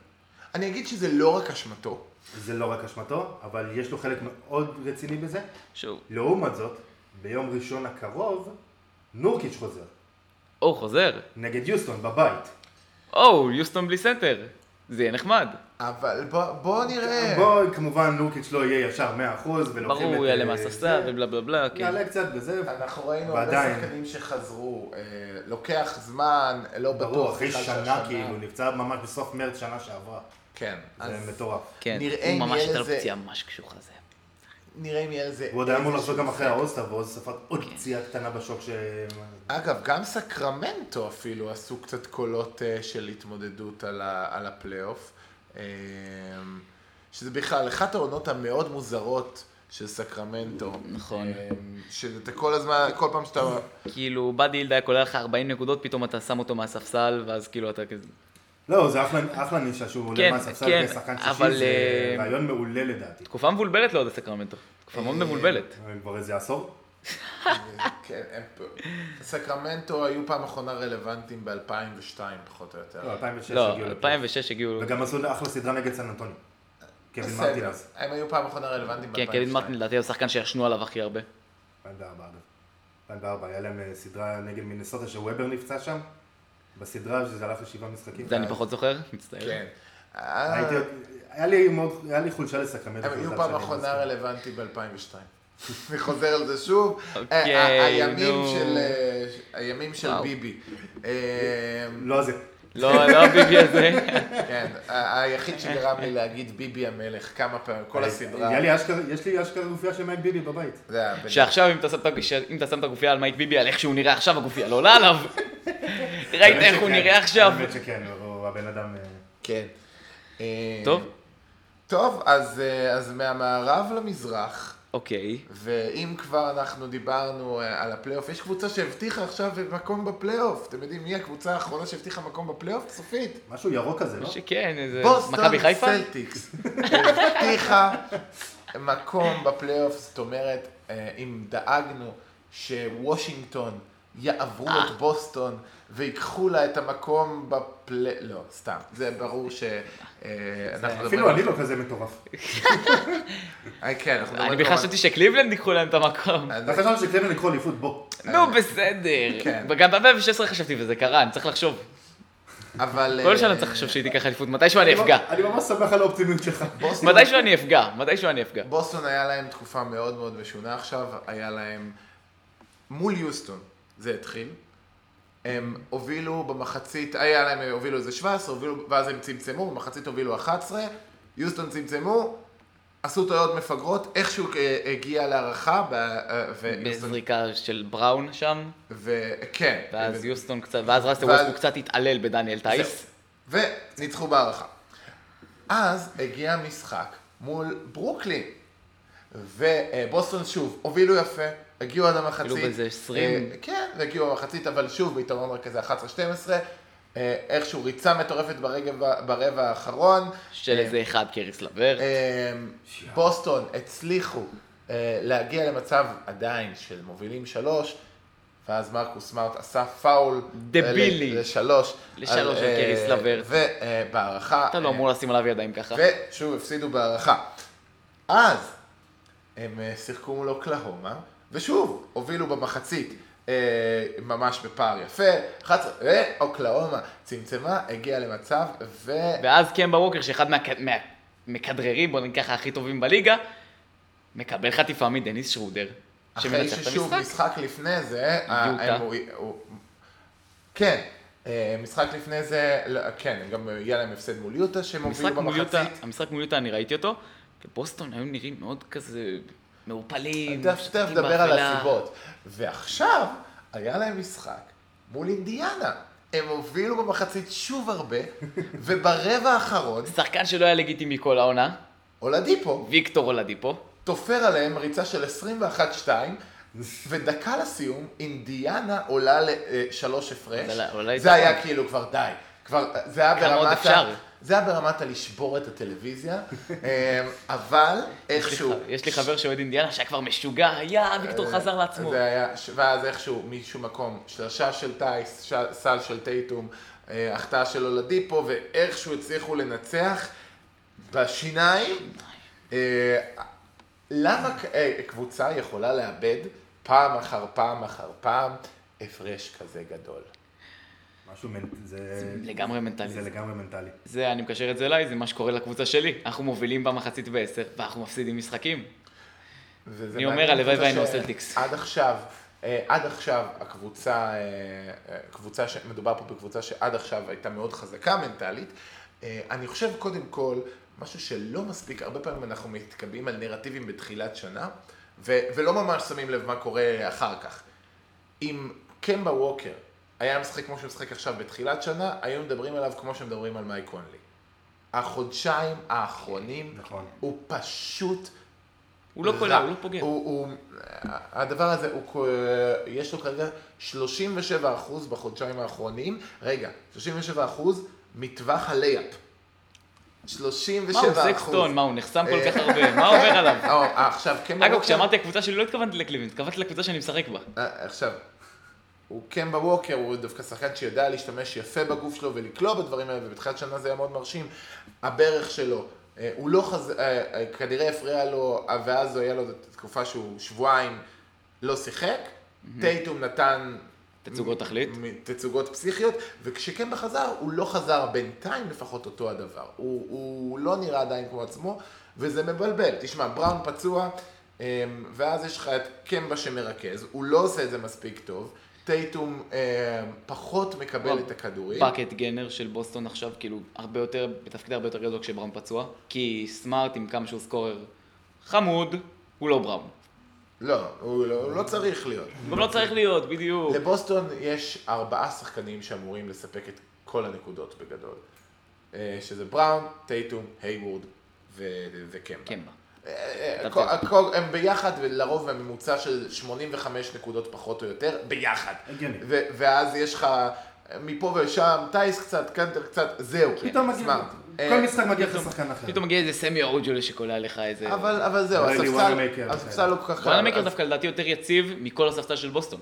[SPEAKER 1] אני אגיד שזה לא רק אשמתו.
[SPEAKER 2] זה לא רק אשמתו, אבל יש לו חלק מאוד רציני בזה.
[SPEAKER 3] שהוא...
[SPEAKER 2] לעומת זאת, ביום ראשון הקרוב, נורקיץ' חוזר.
[SPEAKER 3] או, חוזר.
[SPEAKER 2] נגד יוסטון, בבית.
[SPEAKER 3] או, יוסטון בלי סנטר. זה יהיה נחמד.
[SPEAKER 1] אבל בוא, בוא נראה.
[SPEAKER 2] בוא, כמובן, נורקיץ' לא יהיה ישר 100%, ולוקחים
[SPEAKER 3] כן. ברור, הוא יעלה
[SPEAKER 2] אה,
[SPEAKER 3] מהספסל
[SPEAKER 2] זה.
[SPEAKER 3] ובלה בלה בלה, כן.
[SPEAKER 2] יעלה קצת בזה.
[SPEAKER 1] אנחנו ראינו הרבה
[SPEAKER 2] ועדיין.
[SPEAKER 1] שחקנים שחזרו, אה, לוקח זמן, לא בטוח.
[SPEAKER 2] ברור, אחרי
[SPEAKER 1] בכלל
[SPEAKER 2] שנה
[SPEAKER 1] שהשנה-
[SPEAKER 2] כאילו, נפצע ממש בסוף מרץ שנה שעברה.
[SPEAKER 1] כן,
[SPEAKER 2] זה
[SPEAKER 1] אז
[SPEAKER 2] מטורף.
[SPEAKER 3] כן,
[SPEAKER 1] נראה אם
[SPEAKER 3] הוא ממש
[SPEAKER 1] יהיה
[SPEAKER 3] הייתה לו
[SPEAKER 1] לזה-
[SPEAKER 3] פציעה ממש קשוחה זה.
[SPEAKER 1] נראה אם יהיה לזה...
[SPEAKER 2] הוא עוד היה אמור
[SPEAKER 1] איזשהו
[SPEAKER 2] לחזור גם אחרי
[SPEAKER 1] אפקט.
[SPEAKER 2] האוסטר, ועוד ספג עוד
[SPEAKER 3] כן.
[SPEAKER 2] פציעה קטנה בשוק ש...
[SPEAKER 1] אגב, גם סקרמנטו אפילו עשו קצת קולות אה, של התמודדות על, ה, על הפלייאוף. אה, שזה בכלל אחת העונות המאוד מוזרות של סקרמנטו.
[SPEAKER 3] נכון.
[SPEAKER 1] אה, שאתה כל הזמן, כל פעם שאתה...
[SPEAKER 3] כאילו, באדי הילד היה קולע לך 40 נקודות, פתאום אתה שם אותו מהספסל, ואז כאילו אתה כזה...
[SPEAKER 2] לא, זה אחלה אחלה נישה שהוא עולה
[SPEAKER 3] כן,
[SPEAKER 2] מהספסל
[SPEAKER 3] כן,
[SPEAKER 2] כשחקן
[SPEAKER 3] אבל,
[SPEAKER 2] שישי, זה
[SPEAKER 3] אה,
[SPEAKER 2] רעיון מעולה לדעתי.
[SPEAKER 3] תקופה מבולבלת לאוהדי סקרמנטו. תקופה
[SPEAKER 1] אה,
[SPEAKER 3] מאוד מבולבלת.
[SPEAKER 2] הם כבר איזה עשור?
[SPEAKER 1] כן, הם פה. סקרמנטו היו פעם אחרונה רלוונטיים ב-2002 פחות או יותר.
[SPEAKER 2] לא, 2006
[SPEAKER 3] לא,
[SPEAKER 2] הגיעו לפה.
[SPEAKER 3] 2006 הגיעו... כן,
[SPEAKER 2] וגם עשו אחלה סדרה נגד סן אנטוני. קווין
[SPEAKER 1] אה, בסדר,
[SPEAKER 2] מרטין אז.
[SPEAKER 1] הם היו פעם אחרונה רלוונטיים
[SPEAKER 3] כן,
[SPEAKER 1] ב-2002.
[SPEAKER 3] קווין מרטין לדעתי הוא השחקן שישנו עליו הכי הרבה.
[SPEAKER 2] 2004 אגב. 2004, היה להם אה, סדרה נגד מינסוטה שוובר נפצע שם. בסדרה שזה הלך לשבעה משחקים.
[SPEAKER 3] זה אני פחות זוכר, מצטער.
[SPEAKER 1] אה, כן. אה,
[SPEAKER 2] הייתי, היה לי מאוד, היה לי חולשה לסקרמנט.
[SPEAKER 1] הם היו פעם אחרונה
[SPEAKER 2] כן.
[SPEAKER 1] רלוונטיים ב-2002. אני חוזר על זה שוב. אה,
[SPEAKER 3] אוקיי,
[SPEAKER 1] ה- הימים
[SPEAKER 3] נו.
[SPEAKER 1] של, אה, הימים של
[SPEAKER 3] וואו.
[SPEAKER 1] ביבי. אה,
[SPEAKER 2] לא זה.
[SPEAKER 3] לא, לא הביבי הזה.
[SPEAKER 1] כן, ה- היחיד שגרם לי להגיד ביבי המלך כמה פעמים, כל הסדרה.
[SPEAKER 2] היה לי אשכרה, יש לי אשכרה גופייה של מייק ביבי בבית.
[SPEAKER 1] זה היה בדיוק.
[SPEAKER 3] שעכשיו אם אתה שם את הגוש- אם אתה שם את הגופייה על מייק ביבי, על איך שהוא נראה עכשיו, הגופייה לא עולה עליו. ראית
[SPEAKER 2] האמת
[SPEAKER 3] איך הוא
[SPEAKER 2] שכן,
[SPEAKER 3] נראה עכשיו?
[SPEAKER 2] האמת שכן, הוא הבן אדם... אה,
[SPEAKER 1] כן. אה,
[SPEAKER 3] טוב.
[SPEAKER 1] טוב, אז, אה, אז מהמערב למזרח,
[SPEAKER 3] אוקיי.
[SPEAKER 1] ואם כבר אנחנו דיברנו אה, על הפלייאוף, יש קבוצה שהבטיחה עכשיו מקום בפלייאוף. אתם יודעים מי הקבוצה האחרונה שהבטיחה מקום בפלייאוף? סופית.
[SPEAKER 2] משהו ירוק כזה, לא?
[SPEAKER 3] שכן, איזה... אה, מכבי
[SPEAKER 1] בוסטון
[SPEAKER 3] חיפה?
[SPEAKER 1] סלטיקס הבטיחה מקום בפלייאוף, זאת אומרת, אה, אם דאגנו שוושינגטון יעברו את בוסטון וייקחו לה את המקום בפלי... לא, סתם, זה ברור ש... אה, אנחנו
[SPEAKER 2] אפילו אני
[SPEAKER 1] מדברים-
[SPEAKER 2] לא כזה מטורף.
[SPEAKER 1] אה, כן, אנחנו
[SPEAKER 3] אני
[SPEAKER 1] מדברים
[SPEAKER 3] בכלל
[SPEAKER 1] כמובן-
[SPEAKER 3] חשבתי שקליבלנד ייקחו להם את המקום.
[SPEAKER 1] אז-
[SPEAKER 2] אתה חשבת שקלמן לקרוא אליפות, בוא.
[SPEAKER 3] נו, בסדר.
[SPEAKER 1] אה, כן.
[SPEAKER 3] וגם ב-2016 חשבתי וזה קרה, אני צריך לחשוב.
[SPEAKER 1] אבל...
[SPEAKER 3] כל
[SPEAKER 1] אה,
[SPEAKER 3] שנה צריך לחשוב שהיא תיקח אליפות, מתישהו אני אפגע.
[SPEAKER 2] אני ממש שמח על האופטימיות שלך.
[SPEAKER 1] בוסטון-
[SPEAKER 3] מתישהו אני אפגע, מתישהו אני אפגע.
[SPEAKER 1] בוסטון היה להם תקופה מאוד מאוד משונה עכשיו, היה להם מול יוסטון, זה התחיל. הם הובילו במחצית, היה להם, הם הובילו איזה 17, הובילו, ואז הם צמצמו, במחצית הובילו 11, יוסטון צמצמו, עשו טעויות מפגרות, איכשהו אה, הגיע להערכה, ב- אה, ויוסטון, כן,
[SPEAKER 3] בזריקה של בראון שם,
[SPEAKER 1] וכן,
[SPEAKER 3] ואז יוסטון קצת, ואז ראסטר
[SPEAKER 1] אה, ואז-
[SPEAKER 3] ווסטבורק קצת התעלל בדניאל טייס.
[SPEAKER 1] וניצחו בהערכה. אז הגיע משחק מול ברוקלין. ובוסטון שוב, הובילו יפה, הגיעו עד המחצית.
[SPEAKER 3] כאילו באיזה 20.
[SPEAKER 1] אה, כן, הגיעו למחצית, אבל שוב, ביתרון רק איזה 11-12. אה, איכשהו ריצה מטורפת ברבע, ברבע האחרון.
[SPEAKER 3] של איזה אחד קריס לבר.
[SPEAKER 1] אה, בוסטון הצליחו אה, להגיע למצב עדיין של מובילים שלוש, ואז מרקוס סמארט עשה פאול.
[SPEAKER 3] דבילי.
[SPEAKER 1] ל- לשלוש.
[SPEAKER 3] לשלוש
[SPEAKER 1] על,
[SPEAKER 3] על קריס
[SPEAKER 1] אה,
[SPEAKER 3] לברט.
[SPEAKER 1] ובהערכה...
[SPEAKER 3] אתה לא
[SPEAKER 1] אה,
[SPEAKER 3] אמור לשים עליו ידיים ככה.
[SPEAKER 1] ושוב הפסידו בהערכה. אז הם אה, שיחקו מול אוקלהומה, ושוב הובילו במחצית. אה, ממש בפער יפה, 11, ואוקלהומה צמצמה, הגיעה למצב, ו...
[SPEAKER 3] ואז קמבה ווקר, שאחד מהק- מהמכדררים, בוא נגיד ככה, הכי טובים בליגה, מקבל חטיפה מדניס שרודר.
[SPEAKER 1] אחרי
[SPEAKER 3] שמנצח את
[SPEAKER 1] ששוב
[SPEAKER 3] המשחק.
[SPEAKER 1] אה, משחק לפני זה, ה-
[SPEAKER 3] יוטה.
[SPEAKER 1] הם- הוא- הוא- כן, אה, משחק לפני זה, לא, כן, גם יהיה להם הפסד מול יוטה שהם הובילו
[SPEAKER 3] המשחק מול יוטה,
[SPEAKER 1] כאילו במחצית.
[SPEAKER 3] המשחק מול יוטה, אני ראיתי אותו, בוסטון היו נראים מאוד כזה מעורפלים.
[SPEAKER 1] תכף תכף
[SPEAKER 3] משחקים
[SPEAKER 1] נדבר על
[SPEAKER 3] באפלה.
[SPEAKER 1] הסיבות. ועכשיו, היה להם משחק מול אינדיאנה. הם הובילו במחצית שוב הרבה, וברבע האחרון,
[SPEAKER 3] שחקן שלא היה לגיטימי כל העונה,
[SPEAKER 1] אולדיפו
[SPEAKER 3] ויקטור אולדיפו.
[SPEAKER 1] תופר עליהם ריצה של 21-2, ודקה לסיום, אינדיאנה עולה לשלוש הפרש.
[SPEAKER 3] עולה- עולה
[SPEAKER 1] זה היה
[SPEAKER 3] יתרון.
[SPEAKER 1] כאילו כבר די. כבר, אה, זה היה
[SPEAKER 3] כמה עוד
[SPEAKER 1] ברמת
[SPEAKER 3] אפשר?
[SPEAKER 1] ה... זה היה ברמת הלשבור את הטלוויזיה, אמ, אבל איכשהו...
[SPEAKER 3] יש לי חבר שאוהד אינדיאנה שהיה כבר משוגע, יא, ויקטור חזר לעצמו.
[SPEAKER 1] אה, זה היה, ש- ואז איכשהו, משום מקום, שלשה של טייס, ש- סל של טייטום, אה, החטאה של אולדיפו, ואיכשהו הצליחו לנצח בשיניים. אה, למה ק- אה, קבוצה יכולה לאבד פעם אחר פעם אחר פעם הפרש כזה גדול?
[SPEAKER 2] משהו מנ- זה...
[SPEAKER 3] לגמרי מנטלי.
[SPEAKER 2] זה לגמרי מנטלי.
[SPEAKER 3] זה, אני מקשר את זה אליי, זה מה שקורה לקבוצה שלי. אנחנו מובילים במחצית בעשר, ואנחנו מפסידים משחקים.
[SPEAKER 1] וזה
[SPEAKER 3] אני
[SPEAKER 1] מעניין
[SPEAKER 3] אומר, הלוואי
[SPEAKER 1] קבוצה
[SPEAKER 3] והיינו
[SPEAKER 1] ש-
[SPEAKER 3] הסלטיקס.
[SPEAKER 1] עד עכשיו, אה, עד עכשיו הקבוצה, אה, אה, קבוצה, ש- מדובר פה בקבוצה שעד עכשיו הייתה מאוד חזקה מנטלית. אה, אני חושב קודם כל, משהו שלא מספיק, הרבה פעמים אנחנו מתקבעים על נרטיבים בתחילת שנה, ו- ולא ממש שמים לב מה קורה אחר כך. אם קמבה ווקר היה משחק כמו שהוא משחק עכשיו בתחילת שנה, היו מדברים עליו כמו שמדברים על מייק קונלי. החודשיים האחרונים,
[SPEAKER 2] נכון.
[SPEAKER 1] הוא פשוט
[SPEAKER 3] הוא לא קולע, הוא לא פוגע.
[SPEAKER 1] הוא, הוא, הדבר הזה, הוא, כ- יש לו כרגע 37 אחוז בחודשיים האחרונים, רגע, 37 אחוז מטווח הלייפ. 37
[SPEAKER 3] מה הוא
[SPEAKER 1] אחוז.
[SPEAKER 3] סקסטון? מה הוא נחסם כל כך הרבה? מה עובר עליו?
[SPEAKER 1] אה, אה, עכשיו, קמבה
[SPEAKER 3] אגב,
[SPEAKER 1] ווקר-
[SPEAKER 3] כשאמרתי הקבוצה שלי לא התכוונתי לקליבלנד, התכוונתי לקבוצה שאני משחק בה.
[SPEAKER 1] אה, עכשיו, הוא קמבה ווקר, הוא דווקא שחקן שיודע להשתמש יפה בגוף שלו ולקלוע בדברים האלה, ובתחילת שנה זה היה מאוד מרשים. הברך שלו, אה, הוא לא חז... אה, אה, כנראה הפריע לו, אה, ואז היה לו תקופה שהוא שבועיים לא שיחק. טייטום נתן...
[SPEAKER 3] תצוגות תכלית.
[SPEAKER 1] מ- תצוגות פסיכיות, וכשקמבה חזר, הוא לא חזר בינתיים לפחות אותו הדבר. הוא, הוא לא נראה עדיין כמו עצמו, וזה מבלבל. תשמע, בראון פצוע, אמ, ואז יש לך את קמבה שמרכז, הוא לא עושה את זה מספיק טוב, טייטום אמ, פחות מקבל
[SPEAKER 3] וואו,
[SPEAKER 1] את הכדורים.
[SPEAKER 3] פאקט גנר של בוסטון עכשיו, כאילו, הרבה יותר, בתפקיד הרבה יותר גדול כשבראון פצוע, כי סמארט עם כמה שהוא סקורר חמוד, הוא לא בראון.
[SPEAKER 1] לא, הוא לא, הוא לא צריך להיות.
[SPEAKER 3] הוא גם לא צריך להיות, בדיוק.
[SPEAKER 1] לבוסטון יש ארבעה שחקנים שאמורים לספק את כל הנקודות בגדול. אה, שזה בראון, טייטום, הייוורד ו- וקמבה.
[SPEAKER 3] כן, מה.
[SPEAKER 1] אה,
[SPEAKER 3] אתה
[SPEAKER 1] כל-
[SPEAKER 2] כן.
[SPEAKER 3] צודק.
[SPEAKER 1] הכל- הם ביחד, ולרוב הממוצע של 85 נקודות פחות או יותר, ביחד.
[SPEAKER 2] הגיוני.
[SPEAKER 1] ו- ואז יש לך אה, מפה ושם, טייס קצת, קנטר קצת, זהו.
[SPEAKER 2] פתאום מגיע,
[SPEAKER 1] תשמע, אה,
[SPEAKER 2] כל משחק מגיע לך שחקן אחר.
[SPEAKER 3] פתאום מגיע איזה סמי אורג'ולה שקולע לך איזה...
[SPEAKER 1] אבל אבל זהו,
[SPEAKER 2] אולי לי
[SPEAKER 1] הספסל
[SPEAKER 2] וואנמייקר.
[SPEAKER 1] הספסל לא כל כך...
[SPEAKER 3] וואלה מייקר
[SPEAKER 1] אז-
[SPEAKER 3] דווקא לדעתי יותר יציב מכל הספסל של בוסטון.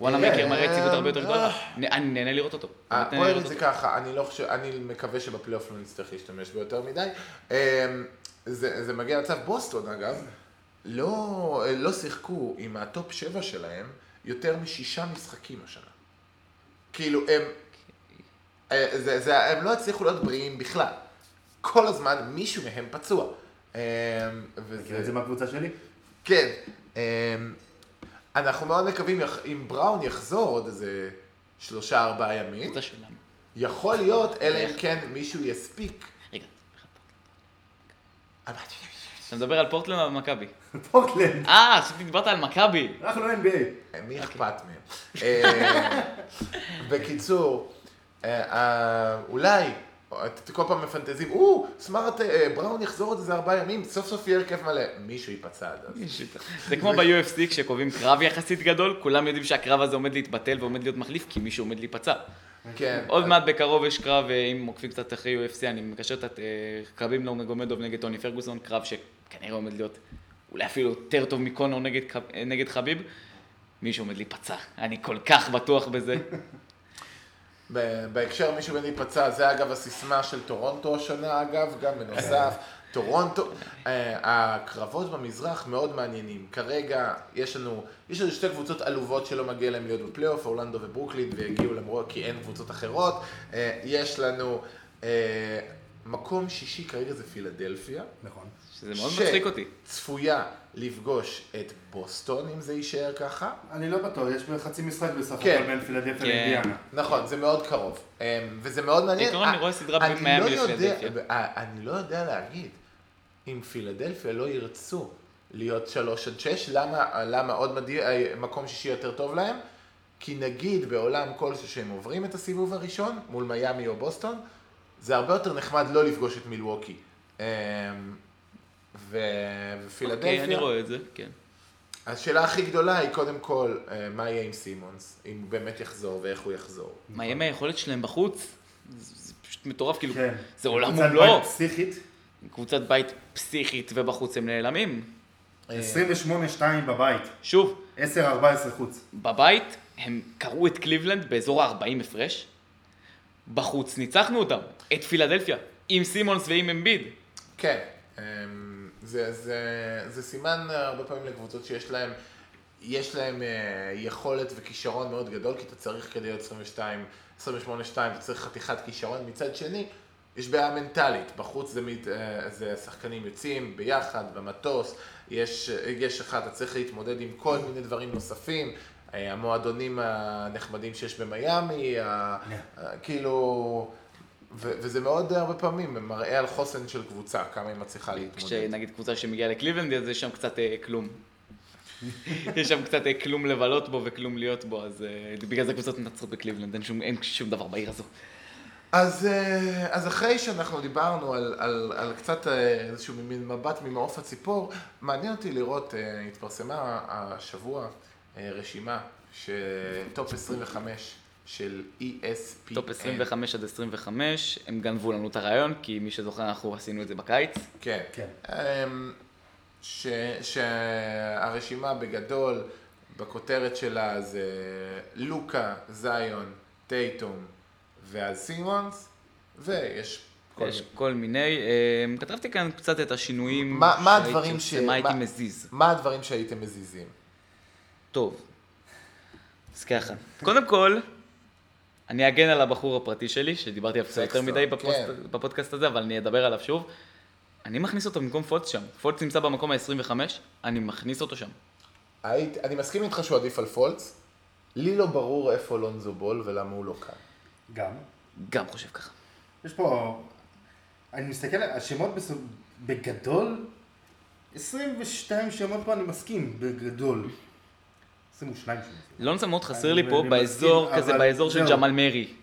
[SPEAKER 3] וואלה
[SPEAKER 1] אה,
[SPEAKER 3] מייקר מראה יציבות הרבה יותר גדולה.
[SPEAKER 1] אה.
[SPEAKER 3] נ- אני נהנה לראות אותו.
[SPEAKER 1] אה,
[SPEAKER 3] באמת
[SPEAKER 1] בוא
[SPEAKER 3] נהנה
[SPEAKER 1] נראה
[SPEAKER 3] לראות
[SPEAKER 1] את זה
[SPEAKER 3] אותו.
[SPEAKER 1] ככה, אני לא חושב, אני מקווה שבפלייאוף לא נצטרך להשתמש בו יותר מדי. אמ, זה זה מגיע למצב בוסטון אגב, לא לא שיחקו עם הטופ 7 שלהם יותר משישה משחקים השנה. כאילו הם, אה, זה- זה- הם לא הצליחו להיות בריאים בכלל. כל הזמן מישהו מהם פצוע. אמ,
[SPEAKER 2] מכיר את
[SPEAKER 1] וזה,
[SPEAKER 2] זה מהקבוצה שלי?
[SPEAKER 1] כן. אמ, אנחנו מאוד מקווים, יח- אם בראון יחזור עוד איזה שלושה ארבעה ימים.
[SPEAKER 3] קבוצה שלנו.
[SPEAKER 1] יכול להיות, אלא אם כן מישהו יספיק.
[SPEAKER 3] רגע. אתה מדבר על פורטלנד או על מכבי?
[SPEAKER 2] פורטלנד,
[SPEAKER 3] אה, חשבתי דיברת על מכבי.
[SPEAKER 2] אנחנו לא NBA.
[SPEAKER 1] מי אכפת מהם? אה, בקיצור, אה, אה, אולי, אתם כל פעם מפנטזים, או, סמארט, אה, בראון יחזור עוד איזה ארבעה ימים, סוף סוף יהיה הרכב מלא. מישהו ייפצע עד אז.
[SPEAKER 3] זה כמו ב-UFC כשקובעים קרב יחסית גדול, כולם יודעים שהקרב הזה עומד להתבטל ועומד להיות מחליף כי מישהו עומד להיפצע.
[SPEAKER 1] כן.
[SPEAKER 3] עוד מעט בקרוב יש קרב, אה, אם עוקבים קצת אחרי UFC, אני מקשר את אה, קרבים נורמגומדוב נגד טוני פרגוסון, קרב שכנראה עומד להיות אולי אפילו יותר טוב מקונור נגד, ק- אה, נגד חביב. מישהו עומד להיפצע, אני כל כך בטוח בזה.
[SPEAKER 1] ב- בהקשר מישהו בין להיפצע, זה אגב הסיסמה של טורונטו השנה אגב, גם בנוסף,
[SPEAKER 3] כן.
[SPEAKER 1] טורונטו, אה, הקרבות במזרח מאוד מעניינים, כרגע יש לנו, יש לנו שתי קבוצות עלובות שלא מגיע להם להיות בפלייאוף, אורלנדו וברוקלין, והגיעו למרות כי אין קבוצות אחרות, אה, יש לנו, אה, מקום שישי כרגע זה פילדלפיה.
[SPEAKER 2] נכון.
[SPEAKER 3] שזה מאוד
[SPEAKER 1] ש-
[SPEAKER 3] מצחיק אותי.
[SPEAKER 1] צפויה לפגוש את בוסטון, אם זה יישאר ככה.
[SPEAKER 2] אני לא בטוח, יש חצי משחק בסך
[SPEAKER 1] כן.
[SPEAKER 2] הכל בין פילדלפיה
[SPEAKER 3] כן.
[SPEAKER 2] לאינדיאנה.
[SPEAKER 1] נכון, זה מאוד קרוב. אמ, וזה מאוד מעניין.
[SPEAKER 3] בעיקרון
[SPEAKER 1] אה,
[SPEAKER 3] אני רואה סדרה
[SPEAKER 1] אני
[SPEAKER 3] בין מיאמי
[SPEAKER 1] לא יודע-
[SPEAKER 3] לפילדלפיה.
[SPEAKER 1] אה, אני לא יודע להגיד אם פילדלפיה לא ירצו להיות שלוש עד שש, למה, למה עוד מדהים, אה, מקום שישי יותר טוב להם? כי נגיד בעולם כלשהו שהם עוברים את הסיבוב הראשון, מול מיאמי או בוסטון, זה הרבה יותר נחמד לא לפגוש את מילווקי. אמ, ו-
[SPEAKER 3] אוקיי, אני
[SPEAKER 1] ופילדלפיה,
[SPEAKER 3] רואה את זה, כן.
[SPEAKER 1] השאלה הכי גדולה היא קודם כל, אה, מה יהיה עם סימונס? אם הוא באמת יחזור ואיך הוא יחזור.
[SPEAKER 3] מה יהיה מהיכולת שלהם בחוץ? זה זה פשוט מטורף, כאילו,
[SPEAKER 2] כן.
[SPEAKER 3] זה עולם
[SPEAKER 2] קבוצת
[SPEAKER 3] ומלואו.
[SPEAKER 2] בית פסיכית,
[SPEAKER 3] קבוצת בית פסיכית ובחוץ הם נעלמים.
[SPEAKER 2] 28-2 בבית,
[SPEAKER 3] שוב,
[SPEAKER 2] 10-14 חוץ.
[SPEAKER 3] בבית הם קרעו את קליבלנד באזור ה-40 הפרש, בחוץ ניצחנו אותם, את פילדלפיה, עם סימונס ועם אמביד.
[SPEAKER 1] כן, אמ, זה, זה, זה סימן אה, הרבה פעמים לקבוצות שיש להם, יש להם אה, יכולת וכישרון מאוד גדול, כי אתה צריך כדי להיות 22, 28-2, אתה צריך חתיכת כישרון. מצד שני, יש בעיה מנטלית, בחוץ זה, מת, אה, זה שחקנים יוצאים ביחד, במטוס, יש, אה, יש אחד, אתה צריך להתמודד עם כל מיני דברים נוספים. אה, המועדונים הנחמדים שיש במיאמי, ה- אה, כאילו, ו- וזה מאוד אה, הרבה פעמים מראה על חוסן של קבוצה, כמה היא מצליחה להתמודד.
[SPEAKER 3] כשנגיד קבוצה שמגיעה לקליבלנד, אז יש שם קצת אה, כלום. יש שם קצת אה, כלום לבלות בו וכלום להיות בו, אז אה, בגלל זה קבוצות מנצחות בקליבלנד, אין שום, אין שום דבר בעיר הזו.
[SPEAKER 1] אז, אה, אז אחרי שאנחנו דיברנו על, על, על קצת אה, איזשהו מין מבט ממעוף הציפור, מעניין אותי לראות, אה, התפרסמה השבוע אה, רשימה של טופ 25 של E ESPN.
[SPEAKER 3] טופ 25 עד 25, הם גנבו לנו את הרעיון, כי מי שזוכר, אנחנו עשינו את זה בקיץ.
[SPEAKER 1] כן.
[SPEAKER 2] כן.
[SPEAKER 1] אמ, ש, שהרשימה בגדול, בכותרת שלה זה לוקה, זיון, טייטום ואז סימונס, ויש כל
[SPEAKER 3] יש
[SPEAKER 1] מיני.
[SPEAKER 3] כל מיני, אה, כתבתי כאן קצת את השינויים.
[SPEAKER 1] מה- מה
[SPEAKER 3] שהייתי
[SPEAKER 1] הדברים
[SPEAKER 3] עושה,
[SPEAKER 1] ש-
[SPEAKER 3] מה הייתי
[SPEAKER 1] מה-
[SPEAKER 3] מזיז.
[SPEAKER 1] מה הדברים שהייתם מזיזים?
[SPEAKER 3] טוב. אז ככה. קודם כל, אני אגן על הבחור הפרטי שלי, שדיברתי עליו קצת יותר
[SPEAKER 1] סקסטון,
[SPEAKER 3] מדי בפוסט,
[SPEAKER 1] כן.
[SPEAKER 3] בפודקאסט הזה, אבל אני אדבר עליו שוב. אני מכניס אותו במקום פולץ שם. פולץ נמצא במקום ה-25, אני מכניס אותו שם.
[SPEAKER 1] היית, אני מסכים איתך שהוא עדיף על פולץ, לי לא ברור איפה לונזו בול ולמה הוא לא כאן.
[SPEAKER 2] גם.
[SPEAKER 3] גם חושב ככה.
[SPEAKER 2] יש פה... אני מסתכל, השמות בסוג... בגדול, 22 שמות פה אני מסכים, בגדול. 22 שמות.
[SPEAKER 3] לונזו לא מאוד חסר
[SPEAKER 2] אני-
[SPEAKER 3] לי פה
[SPEAKER 2] אני
[SPEAKER 3] באזור,
[SPEAKER 2] מסכים,
[SPEAKER 3] כזה
[SPEAKER 2] אבל לא,
[SPEAKER 3] באזור של
[SPEAKER 2] זהו.
[SPEAKER 3] ג'מאל מרי.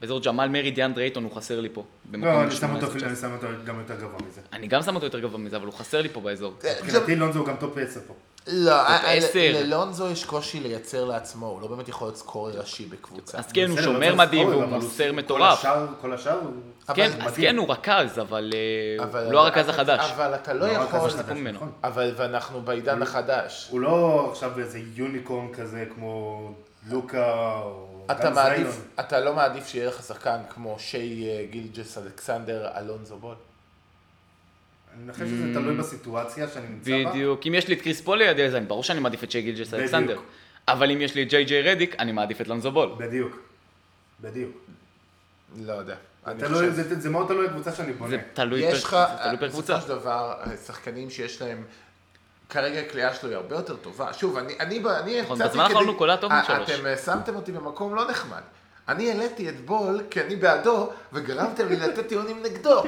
[SPEAKER 3] באזור ג'מאל מרי, דיאן דרייטון הוא חסר לי פה. במקום
[SPEAKER 2] לא, אני
[SPEAKER 3] ה-
[SPEAKER 2] שם אותו
[SPEAKER 3] 18.
[SPEAKER 2] אפילו- אני שם אותו גם יותר גבוה מזה.
[SPEAKER 3] אני גם שם אותו יותר גבוה מזה, אבל הוא חסר לי פה באזור.
[SPEAKER 1] כן,
[SPEAKER 2] מבחינתי לונזו הוא גם טופ 10 פה.
[SPEAKER 1] אה, לא, אה, אה,
[SPEAKER 3] עשר.
[SPEAKER 1] ללונזו יש קושי לייצר לעצמו, הוא לא באמת יכול להיות סקורר ראשי בקבוצה.
[SPEAKER 3] אז כן, הוא
[SPEAKER 2] בסדר,
[SPEAKER 3] שומר
[SPEAKER 2] לונזו
[SPEAKER 3] מדהים
[SPEAKER 2] סקורר,
[SPEAKER 3] והוא
[SPEAKER 2] אבל הוא-
[SPEAKER 3] מוסר
[SPEAKER 2] כל
[SPEAKER 3] מטורף.
[SPEAKER 2] השאר- כל השאר הוא... לא
[SPEAKER 1] אבל
[SPEAKER 3] כן,
[SPEAKER 1] זה
[SPEAKER 3] אז
[SPEAKER 2] מדהים.
[SPEAKER 3] כן, הוא רכז, אבל אה,
[SPEAKER 1] אבל-
[SPEAKER 3] הוא לא הרכז החדש.
[SPEAKER 1] אבל אתה לא
[SPEAKER 2] לא רק
[SPEAKER 1] יכול...
[SPEAKER 2] אז החדש,
[SPEAKER 3] ממנו.
[SPEAKER 2] נכון.
[SPEAKER 1] אבל ואנחנו בעידן החדש.
[SPEAKER 2] הוא לא עכשיו איזה יוניקורן כזה כמו לוקה או...
[SPEAKER 1] אתה
[SPEAKER 2] דן
[SPEAKER 1] מעדיף,
[SPEAKER 2] זיון.
[SPEAKER 1] אתה לא מעדיף שיהיה לך שחקן כמו שי אה, גילג'ס אלכסנדר אלונזו בול?
[SPEAKER 2] אני חושב שזה תלוי בסיטואציה שאני נמצא בה.
[SPEAKER 3] Mm. בדיוק. אם יש לי את קריס פול לידי, אז אני ברור שאני מעדיף את שי גילג'ס
[SPEAKER 2] בדיוק.
[SPEAKER 3] אלכסנדר. אבל אם יש לי את ג'יי ג'יי רדיק, אני מעדיף את לונזו בול.
[SPEAKER 2] בדיוק. בדיוק.
[SPEAKER 1] לא יודע. אני
[SPEAKER 2] תלוי,
[SPEAKER 1] חושב-
[SPEAKER 2] זה זה מאוד תלוי בקבוצה שאני בונה.
[SPEAKER 3] זה תלוי פר-
[SPEAKER 1] יש לך, אה,
[SPEAKER 3] זה תלוי פר
[SPEAKER 1] בסופו
[SPEAKER 3] קבוצה.
[SPEAKER 1] של דבר, אה, שחקנים שיש להם, כרגע הקליעה שלו היא הרבה יותר טובה. שוב, אני, אני, ב- אני
[SPEAKER 3] נכון,
[SPEAKER 1] הצעתי
[SPEAKER 3] בזמן האחרון הוא קולע טוב
[SPEAKER 1] אה,
[SPEAKER 3] משלוש.
[SPEAKER 1] אתם אה, שמתם אותי במקום לא נחמד. אני העליתי את בול, כי אני בעדו, וגרמתם לי לתת טיעונים נגדו.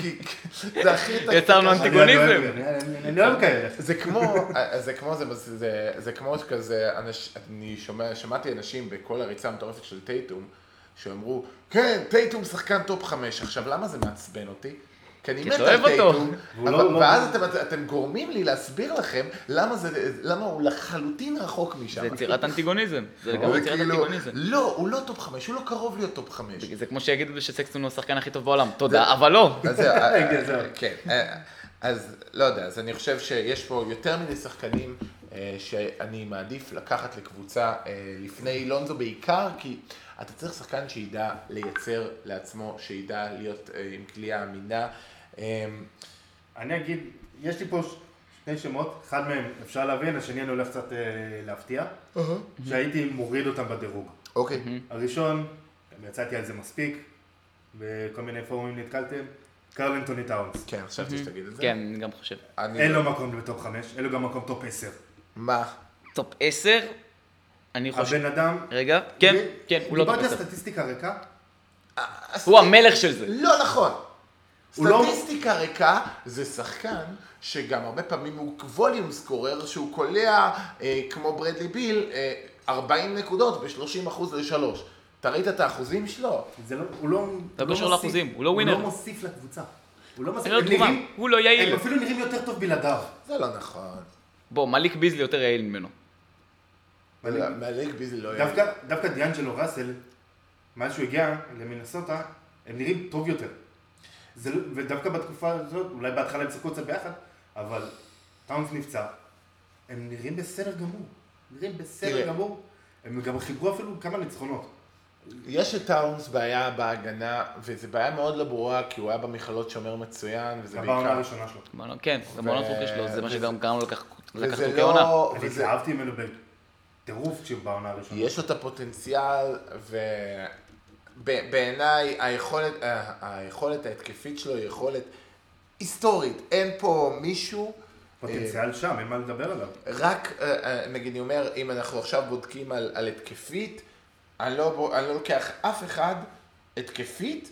[SPEAKER 1] כי כי זה הכי...
[SPEAKER 3] יצרנו
[SPEAKER 2] אני-
[SPEAKER 3] אנטגוניזם.
[SPEAKER 2] אני- אני- אני אוהב כאלה.
[SPEAKER 1] זה כמו, זה כמו, זה, זה, זה כמו כזה, אנש, אני שומע, שמעתי אנשים בכל הריצה המטורפת של טייטום, שאמרו, כן, טייטום שחקן טופ חמש. עכשיו, למה זה מעצבן אותי? כי אני
[SPEAKER 3] כי
[SPEAKER 1] מת
[SPEAKER 3] אתה
[SPEAKER 1] על
[SPEAKER 3] אוהב אותו.
[SPEAKER 1] טייטום,
[SPEAKER 2] והוא
[SPEAKER 1] אבל-
[SPEAKER 2] לא- לא-
[SPEAKER 1] ואז אתם, אתם גורמים לי להסביר לכם למה, זה, למה הוא לחלוטין רחוק משם.
[SPEAKER 3] זה יצירת אנטיגוניזם. זה
[SPEAKER 1] זה
[SPEAKER 3] לגמרי יצירת
[SPEAKER 1] כאילו,
[SPEAKER 3] אנטיגוניזם.
[SPEAKER 1] לא, הוא לא טופ חמש, הוא לא קרוב להיות טופ חמש.
[SPEAKER 3] זה כמו שיגידו שסקסטון הוא השחקן הכי טוב בעולם. תודה, אבל לא.
[SPEAKER 1] אז זהו, אה, אה,
[SPEAKER 2] כן, זהו.
[SPEAKER 1] כן. אה, אז לא יודע, אז אני חושב שיש פה יותר מיני שחקנים אה, שאני מעדיף לקחת לקבוצה אה, לפני לונזו בעיקר, כי אתה צריך שחקן שידע לייצר לעצמו, שידע להיות אה, עם כליאה אמינה. אה,
[SPEAKER 2] אני אגיד, יש לי פה ש- שני שמות, אחד מהם אפשר להבין, השני אני הולך קצת אה, להפתיע, שהייתי מוריד אותם בדירוג.
[SPEAKER 1] אוקיי,
[SPEAKER 2] הראשון, גם יצאתי על זה מספיק, בכל מיני פורומים נתקלתם, קרל אנטוני טאונס.
[SPEAKER 1] כן, חשבתי שתגיד את זה.
[SPEAKER 3] כן, אני לא- גם חושב.
[SPEAKER 1] אני- לא-
[SPEAKER 2] אין לו מקום בטופ חמש, אין לו גם מקום טופ עשר.
[SPEAKER 1] מה?
[SPEAKER 3] טופ 10, אני חושב...
[SPEAKER 2] הבן אדם...
[SPEAKER 3] רגע, כן, כן, הוא לא טופ
[SPEAKER 2] דיברתי על
[SPEAKER 3] 10.
[SPEAKER 2] סטטיסטיקה ריקה,
[SPEAKER 3] הוא המלך של זה.
[SPEAKER 1] לא נכון.
[SPEAKER 2] הוא לא-
[SPEAKER 1] סטטיסטיקה ריקה זה שחקן שגם הרבה פעמים הוא ווליום סקורר שהוא קולע אה, כמו ברדלי ביל אה, 40 נקודות ב-30% ל-3. אתה ראית את האחוזים שלו?
[SPEAKER 2] זה לא, הוא לא...
[SPEAKER 3] לא
[SPEAKER 2] הוא
[SPEAKER 3] קשור
[SPEAKER 2] מוסיף-
[SPEAKER 3] לאחוזים, הוא לא ווינר.
[SPEAKER 2] הוא לא מוסיף לקבוצה. הוא לא מוסיף...
[SPEAKER 3] אין לו
[SPEAKER 2] הם
[SPEAKER 3] תגובה,
[SPEAKER 2] נראים-
[SPEAKER 3] הוא לא יעיל.
[SPEAKER 2] הם אפילו נראים יותר טוב בלעדיו.
[SPEAKER 1] זה לא נכון.
[SPEAKER 3] בוא, מליק ביזלי יותר יעיל ממנו.
[SPEAKER 1] לא, מליק ביזלי לא יהיה.
[SPEAKER 2] דווקא, דווקא דיאנג'לו ראסל, מאז שהוא הגיע למינסוטה, הם נראים טוב יותר. זה, לא- ודווקא בתקופה הזאת, אולי בהתחלה הם שיחקו קצת ביחד, אבל טאונס נפצע, הם נראים בסדר גמור. נראים בסדר
[SPEAKER 1] תראה.
[SPEAKER 2] גמור. הם גם חיברו אפילו כמה ניצחונות.
[SPEAKER 1] יש לטאונס בעיה בהגנה, וזו בעיה מאוד לא ברורה, כי הוא היה במכללות שומר מצוין, וזה
[SPEAKER 2] זה בעונה
[SPEAKER 1] בעיקר...
[SPEAKER 2] הראשונה שלו.
[SPEAKER 3] בוא, לא, כן, זה בעונות חוקי שלו, זה מה
[SPEAKER 1] וזה-
[SPEAKER 3] שגם גרם לו לקח- לקחת
[SPEAKER 1] וזה
[SPEAKER 3] חוקי עונה.
[SPEAKER 1] לא...
[SPEAKER 2] אני
[SPEAKER 1] וזה...
[SPEAKER 2] התלהבתי ממנו בטירוף כשהוא בעונה הראשונה.
[SPEAKER 1] יש לו את הפוטנציאל, ובעיניי היכולת, אה, היכולת ההתקפית שלו היא יכולת היסטורית. אין פה מישהו,
[SPEAKER 2] פוטנציאל שם, אין מה לדבר עליו.
[SPEAKER 1] רק, אה, אה, נגיד, אני אומר, אם אנחנו עכשיו בודקים על, על התקפית, אני לא, בו- אני לא לוקח אף אחד התקפית,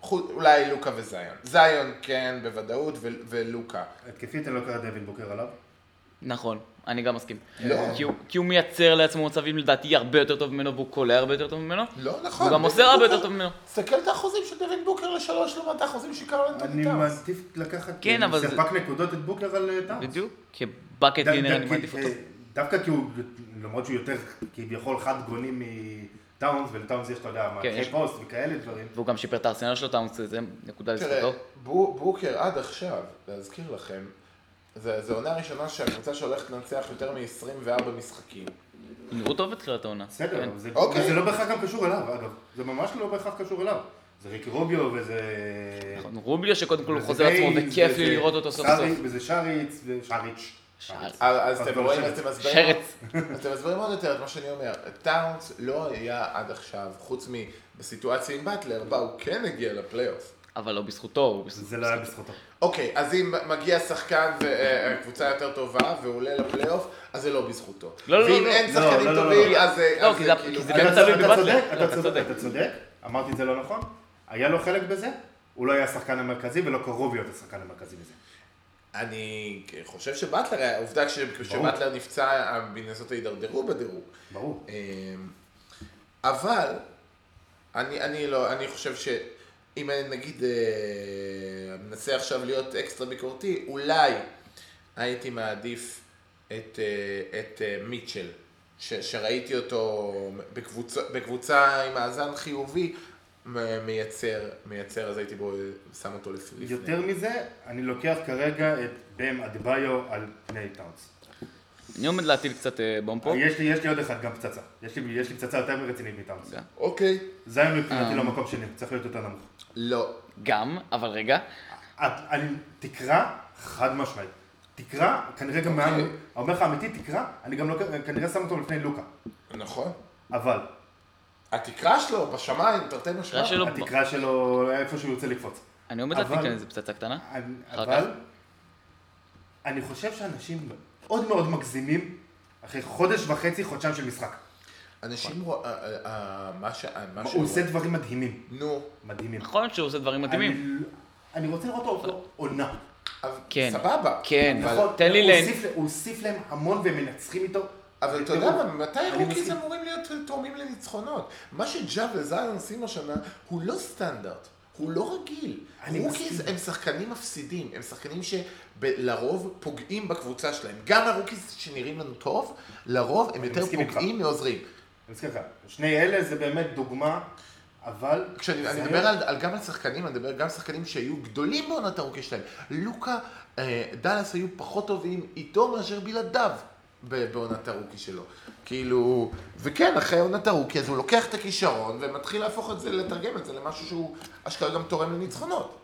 [SPEAKER 1] חו- אולי לוקה וזיון. זיון כן, בוודאות, ו, ולוקה.
[SPEAKER 2] התקפית אני לא קרא דווין בוקר עליו.
[SPEAKER 3] נכון, אני גם מסכים.
[SPEAKER 1] לא.
[SPEAKER 3] כי הוא- כי הוא מייצר לעצמו מצבים לדעתי הרבה יותר טוב ממנו, והוא קולע הרבה יותר טוב ממנו.
[SPEAKER 1] לא נכון.
[SPEAKER 3] הוא גם
[SPEAKER 1] דוד
[SPEAKER 3] מוסר הרבה
[SPEAKER 1] בוקר-
[SPEAKER 3] יותר טוב ממנו.
[SPEAKER 1] תסתכל את האחוזים של דוד בוקר לשלוש לעומת האחוזים של קרלן
[SPEAKER 2] אני
[SPEAKER 1] טאונס.
[SPEAKER 2] מעדיף לקחת אה,
[SPEAKER 3] כן, אבל זה-
[SPEAKER 2] ספק נקודות את בוקר על אה, טאונס.
[SPEAKER 3] בדיוק. כבאקט
[SPEAKER 2] דו-
[SPEAKER 3] גינר
[SPEAKER 2] דו-
[SPEAKER 3] כן, אני מעדיף
[SPEAKER 2] אה,
[SPEAKER 3] אותו.
[SPEAKER 2] דווקא כי הוא, למרות שהוא יותר כביכול חד גוני מטאונס, ולטאונס יש, אתה יודע, מערכי
[SPEAKER 3] כן, יש.
[SPEAKER 2] פוסט וכאלה דברים.
[SPEAKER 3] והוא גם שיפר את הארסנל שלו, טאונס, זה נקודה
[SPEAKER 1] תראה,
[SPEAKER 3] לזכותו.
[SPEAKER 1] בו- בוקר עד עכשיו, להזכיר לכם, זה- זו העונה הראשונה שהקבוצה שהולכת לנצח יותר מ-24 משחקים.
[SPEAKER 3] נראו טוב בתחילת העונה.
[SPEAKER 2] בסדר,
[SPEAKER 3] כן.
[SPEAKER 2] אבל זה-
[SPEAKER 1] אוקיי.
[SPEAKER 2] וזה לא בהכרח גם קשור אליו, אגב. זה ממש לא בהכרח קשור אליו. זה ריקי רוביו וזה...
[SPEAKER 3] נכון, רוביו שקודם כל הוא
[SPEAKER 2] וזה
[SPEAKER 3] חוזר לעצמו,
[SPEAKER 2] ביינס,
[SPEAKER 3] וכיף
[SPEAKER 2] וזה
[SPEAKER 3] לי לראות אותו סוף
[SPEAKER 2] שרי-
[SPEAKER 3] סוף.
[SPEAKER 2] וזה שריץ, ושריץ'.
[SPEAKER 3] שריץ.
[SPEAKER 1] אז- אז אתם
[SPEAKER 2] אבל
[SPEAKER 1] רואים,
[SPEAKER 2] שרץ.
[SPEAKER 1] אתם מסבירים
[SPEAKER 3] שרץ.
[SPEAKER 1] אתם מסבירים עוד יותר את מה שאני אומר. טאונס לא היה עד עכשיו, חוץ מבסיטואציה עם באטלר, בה הוא כן הגיע לפלייאוף.
[SPEAKER 3] אבל לא בזכותו, הוא בזכות-
[SPEAKER 2] זה לא היה בזכותו.
[SPEAKER 1] אוקיי, אז אם מגיע שחקן והקבוצה יותר טובה והוא עולה לפלייאוף, אז זה לא בזכותו.
[SPEAKER 3] לא, לא,
[SPEAKER 1] ואם
[SPEAKER 3] לא.
[SPEAKER 1] אין
[SPEAKER 2] לא, לא,
[SPEAKER 1] שחקנים
[SPEAKER 2] לא,
[SPEAKER 1] טובים,
[SPEAKER 2] לא.
[SPEAKER 1] אז אה,
[SPEAKER 3] לא,
[SPEAKER 1] אז
[SPEAKER 3] כי
[SPEAKER 1] זה
[SPEAKER 3] זה-
[SPEAKER 1] כאילו...
[SPEAKER 3] כי זה
[SPEAKER 2] אתה
[SPEAKER 3] גם תלוי
[SPEAKER 2] אתה
[SPEAKER 3] בבטלר.
[SPEAKER 2] צודק, אתה
[SPEAKER 3] לא, אתה
[SPEAKER 2] צודק,
[SPEAKER 3] צודק.
[SPEAKER 2] אתה צודק, אמרתי את זה לא נכון. היה לו חלק בזה, הוא לא היה השחקן המרכזי ולא קרוב להיות השחקן המרכזי בזה.
[SPEAKER 1] אני חושב שבטלר, היה- העובדה כשבטלר נפצע, בנסות הידרדרו בדירוג.
[SPEAKER 2] ברור.
[SPEAKER 1] אמ, אבל אני, אני לא, אני חושב שאם אני נגיד אה, מנסה עכשיו להיות אקסטרה ביקורתי, אולי הייתי מעדיף את, אה, את אה, מיטשל, ש, שראיתי אותו בקבוצה, בקבוצה עם מאזן חיובי, מ- מייצר, מייצר, אז הייתי בו, שם אותו לפ- לפני.
[SPEAKER 2] יותר מזה, אני לוקח כרגע את בם אדביו על פני טאונס.
[SPEAKER 3] אני עומד להטיל קצת אה, בום
[SPEAKER 1] אוקיי.
[SPEAKER 3] פה.
[SPEAKER 2] יש לי, יש לי עוד אחד, גם פצצה. יש לי, יש לי פצצה יותר רצינית מטאונס.
[SPEAKER 3] גם.
[SPEAKER 1] אוקיי.
[SPEAKER 2] זיון מבחינתי לא מקום שני, צריך להיות יותר נמוך.
[SPEAKER 1] לא.
[SPEAKER 3] גם, אבל רגע,
[SPEAKER 2] את- אני, תקרא, חד משמעית. תקרא, כנראה גם מעל,
[SPEAKER 1] אוקיי.
[SPEAKER 2] אומר לך אמיתי, תקרא, אני גם לוקח, כנראה שם אותו לפני לוקה.
[SPEAKER 1] נכון.
[SPEAKER 2] אבל,
[SPEAKER 1] התקרה שלו בשמיים, תרתי משמע.
[SPEAKER 3] התקרה שלו- לא,
[SPEAKER 2] התקרה שלו, איפה שהוא יוצא לקפוץ.
[SPEAKER 3] אני עומד
[SPEAKER 2] אבל-
[SPEAKER 3] להטיל כאן איזה פצצה קטנה.
[SPEAKER 2] אני-
[SPEAKER 3] אחר
[SPEAKER 2] אבל, אני חושב שאנשים מאוד מאוד מגזימים, אחרי חודש וחצי, חודשיים של משחק.
[SPEAKER 1] אנשים רואים, אה, מה ש... מה
[SPEAKER 2] הוא
[SPEAKER 1] שרואים-
[SPEAKER 2] עושה דברים מדהימים.
[SPEAKER 1] נו,
[SPEAKER 2] מדהימים.
[SPEAKER 3] נכון שהוא עושה דברים מדהימים.
[SPEAKER 2] אני- אני רוצה לראות אותו עונה.
[SPEAKER 1] אבל
[SPEAKER 3] כן.
[SPEAKER 1] סבבה.
[SPEAKER 3] כן. אבל
[SPEAKER 2] נכון,
[SPEAKER 3] תן לי
[SPEAKER 2] הוא
[SPEAKER 3] ל-
[SPEAKER 2] הוסיף ל- הוא הוסיף להם המון והם מנצחים איתו.
[SPEAKER 1] אבל אתה יודע
[SPEAKER 2] בטירוף.
[SPEAKER 1] מה, מתי
[SPEAKER 2] אני
[SPEAKER 1] רוקיז
[SPEAKER 2] מסכים.
[SPEAKER 1] אמורים להיות תורמים לניצחונות? מה שג'אב וזיון עושים השנה הוא לא סטנדרט, הוא לא רגיל.
[SPEAKER 2] אני
[SPEAKER 1] רוקיז
[SPEAKER 2] מסכים.
[SPEAKER 1] הם שחקנים מפסידים, הם שחקנים שלרוב פוגעים בקבוצה שלהם. גם הרוקיז שנראים לנו טוב, לרוב הם יותר
[SPEAKER 2] מסכים איתך.
[SPEAKER 1] פוגעים מעוזרים.
[SPEAKER 2] אני מזכיר לך, שני אלה זה באמת דוגמה, אבל...
[SPEAKER 1] כשאני אני
[SPEAKER 2] זה-
[SPEAKER 1] מדבר על, על גם על שחקנים, אני מדבר גם על שחקנים שהיו גדולים בעונת הרוקי שלהם. לוקה, אה, דאלאס היו פחות טובים איתו מאשר בלעדיו ב- בעונת הרוקי שלו. כאילו, וכן, אחרי עונת הרוקי, אז הוא לוקח את הכישרון ומתחיל להפוך את זה, לתרגם את זה למשהו שהוא אשכרה גם תורם לניצחונות.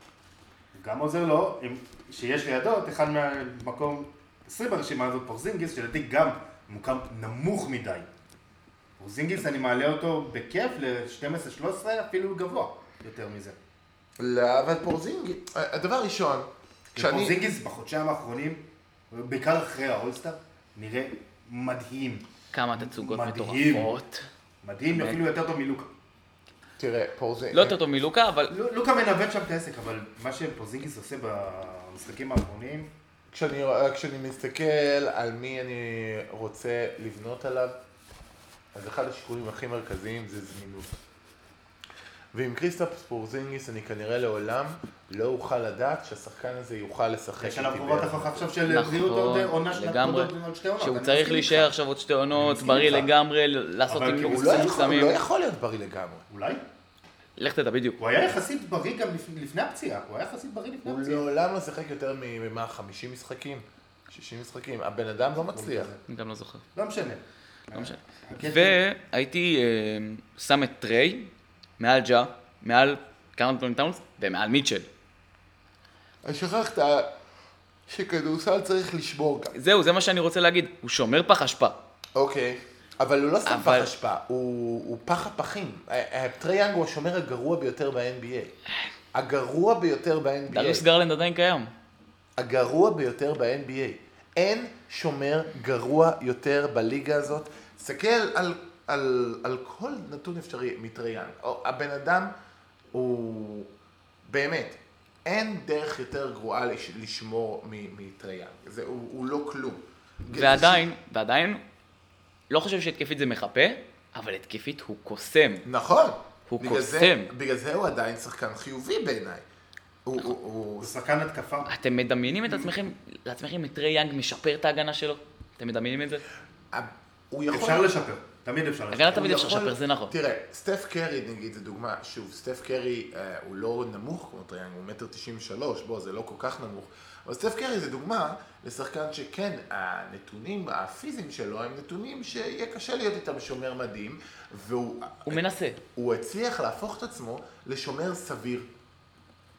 [SPEAKER 2] גם עוזר לו, עם- שיש לידו את אחד מהמקום 20 ברשימה הזאת, פורזינגיס, שלדעתי גם מוקם נמוך מדי. פורזינגיס, אני מעלה אותו בכיף ל-12-13, אפילו גבוה. יותר מזה.
[SPEAKER 1] לא, אבל פורזינגיס, אה, הדבר ראשון, כשאני...
[SPEAKER 2] פורזינגיס בחודשיים האחרונים, בעיקר אחרי האולסטאר, נראה מדהים.
[SPEAKER 3] כמה תצוגות
[SPEAKER 2] מדהים.
[SPEAKER 3] מטורפות.
[SPEAKER 2] מדהים, אפילו יותר טוב מלוקה.
[SPEAKER 1] תראה, פורזינגיס...
[SPEAKER 3] לא יותר טוב מלוקה, אבל
[SPEAKER 2] לו- לוקה מנווט שם את העסק, אבל מה שפורזינגיס עושה במשחקים האחרונים,
[SPEAKER 1] כשאני, אה, כשאני מסתכל על מי אני רוצה לבנות עליו, אז אחד השיקולים הכי מרכזיים זה זמינות. ועם כריסטפס פורזינגיס אני כנראה לעולם לא אוכל לדעת שהשחקן הזה יוכל לשחק
[SPEAKER 2] יש עליו
[SPEAKER 1] איתי
[SPEAKER 2] חובת
[SPEAKER 1] ביחד.
[SPEAKER 2] הוכחה עכשיו של בריאות
[SPEAKER 3] נכון,
[SPEAKER 2] עוד עונה שנת
[SPEAKER 3] לגמרי.
[SPEAKER 2] פרודות עוד שתי עונות.
[SPEAKER 3] שהוא
[SPEAKER 2] אני
[SPEAKER 3] צריך
[SPEAKER 2] מסכים
[SPEAKER 3] להישאר
[SPEAKER 2] איתך.
[SPEAKER 3] עכשיו עוד שתי עונות,
[SPEAKER 2] מסכים
[SPEAKER 3] בריא
[SPEAKER 2] איתך.
[SPEAKER 3] לגמרי, לעשות
[SPEAKER 2] אבל
[SPEAKER 1] הוא
[SPEAKER 3] היכרות
[SPEAKER 1] לא יכול,
[SPEAKER 3] מוקסמים.
[SPEAKER 1] הוא לא יכול להיות בריא לגמרי.
[SPEAKER 2] אולי?
[SPEAKER 3] לך תדע בדיוק.
[SPEAKER 2] הוא היה יחסית בריא גם לפ- לפני הפציעה, הוא היה יחסית בריא לפני
[SPEAKER 1] הוא
[SPEAKER 2] הפציעה.
[SPEAKER 1] לעולם לא שיחק יותר ממה, 50 משחקים? 60 משחקים? הבן אדם לא מצליח.
[SPEAKER 3] אני גם לא זוכר.
[SPEAKER 2] לא משנה.
[SPEAKER 3] לא משנה.
[SPEAKER 2] הקטע-
[SPEAKER 3] והייתי אה, שם את טריי מעל ג'ה, מעל קרלן טוני טאונס ומעל מיטשל.
[SPEAKER 1] אז שכחת שכדורסל צריך לשבור גם.
[SPEAKER 3] זהו, זה מה שאני רוצה להגיד. הוא שומר פח אשפה.
[SPEAKER 1] אוקיי. אבל הוא לא שם פח
[SPEAKER 3] אבל-
[SPEAKER 1] אשפה, הוא הוא פח הפחים. ה- ה- טרי יאנג הוא השומר הגרוע ביותר ב-NBA. הגרוע ביותר
[SPEAKER 3] דריוס
[SPEAKER 1] ב-NBA.
[SPEAKER 3] גרלנד עדיין קיים.
[SPEAKER 1] הגרוע ביותר ב-NBA. אין שומר גרוע יותר בליגה הזאת. תסתכל על, על, על כל נתון אפשרי מטרי יאנג. או, הבן אדם הוא... באמת, אין דרך יותר גרועה לש, לשמור מ- מטרי יאנג. זה, הוא, הוא לא כלום.
[SPEAKER 3] ועדיין, ועדיין, לא חושב שהתקפית זה מחפה, אבל התקפית הוא קוסם.
[SPEAKER 1] נכון.
[SPEAKER 3] הוא
[SPEAKER 1] בגלל זה-
[SPEAKER 3] קוסם.
[SPEAKER 1] בגלל זה הוא עדיין שחקן חיובי בעיניי. הוא, הוא, הוא...
[SPEAKER 2] הוא שחקן התקפה.
[SPEAKER 3] אתם מדמיינים את עצמכם, לעצמכם את טרי יאנג משפר את ההגנה שלו? אתם מדמיינים את זה?
[SPEAKER 1] הוא יכול...
[SPEAKER 2] אפשר לשפר, תמיד אפשר לשפר.
[SPEAKER 3] הגנת תמיד
[SPEAKER 1] הוא
[SPEAKER 3] אפשר
[SPEAKER 1] יכול-
[SPEAKER 3] לשפר, זה נכון.
[SPEAKER 1] תראה, סטף קרי, נגיד, זו דוגמה, שוב, סטף קרי אה, הוא לא נמוך כמו טריאנג, הוא מטר תשעים ושלוש, בוא, זה לא כל כך נמוך. אבל סטף קרי זה דוגמה לשחקן שכן, הנתונים הפיזיים שלו הם נתונים שיהיה קשה להיות איתם שומר מדהים, והוא
[SPEAKER 3] הוא מנסה.
[SPEAKER 1] הוא הצליח להפוך את עצמו לשומר סביר.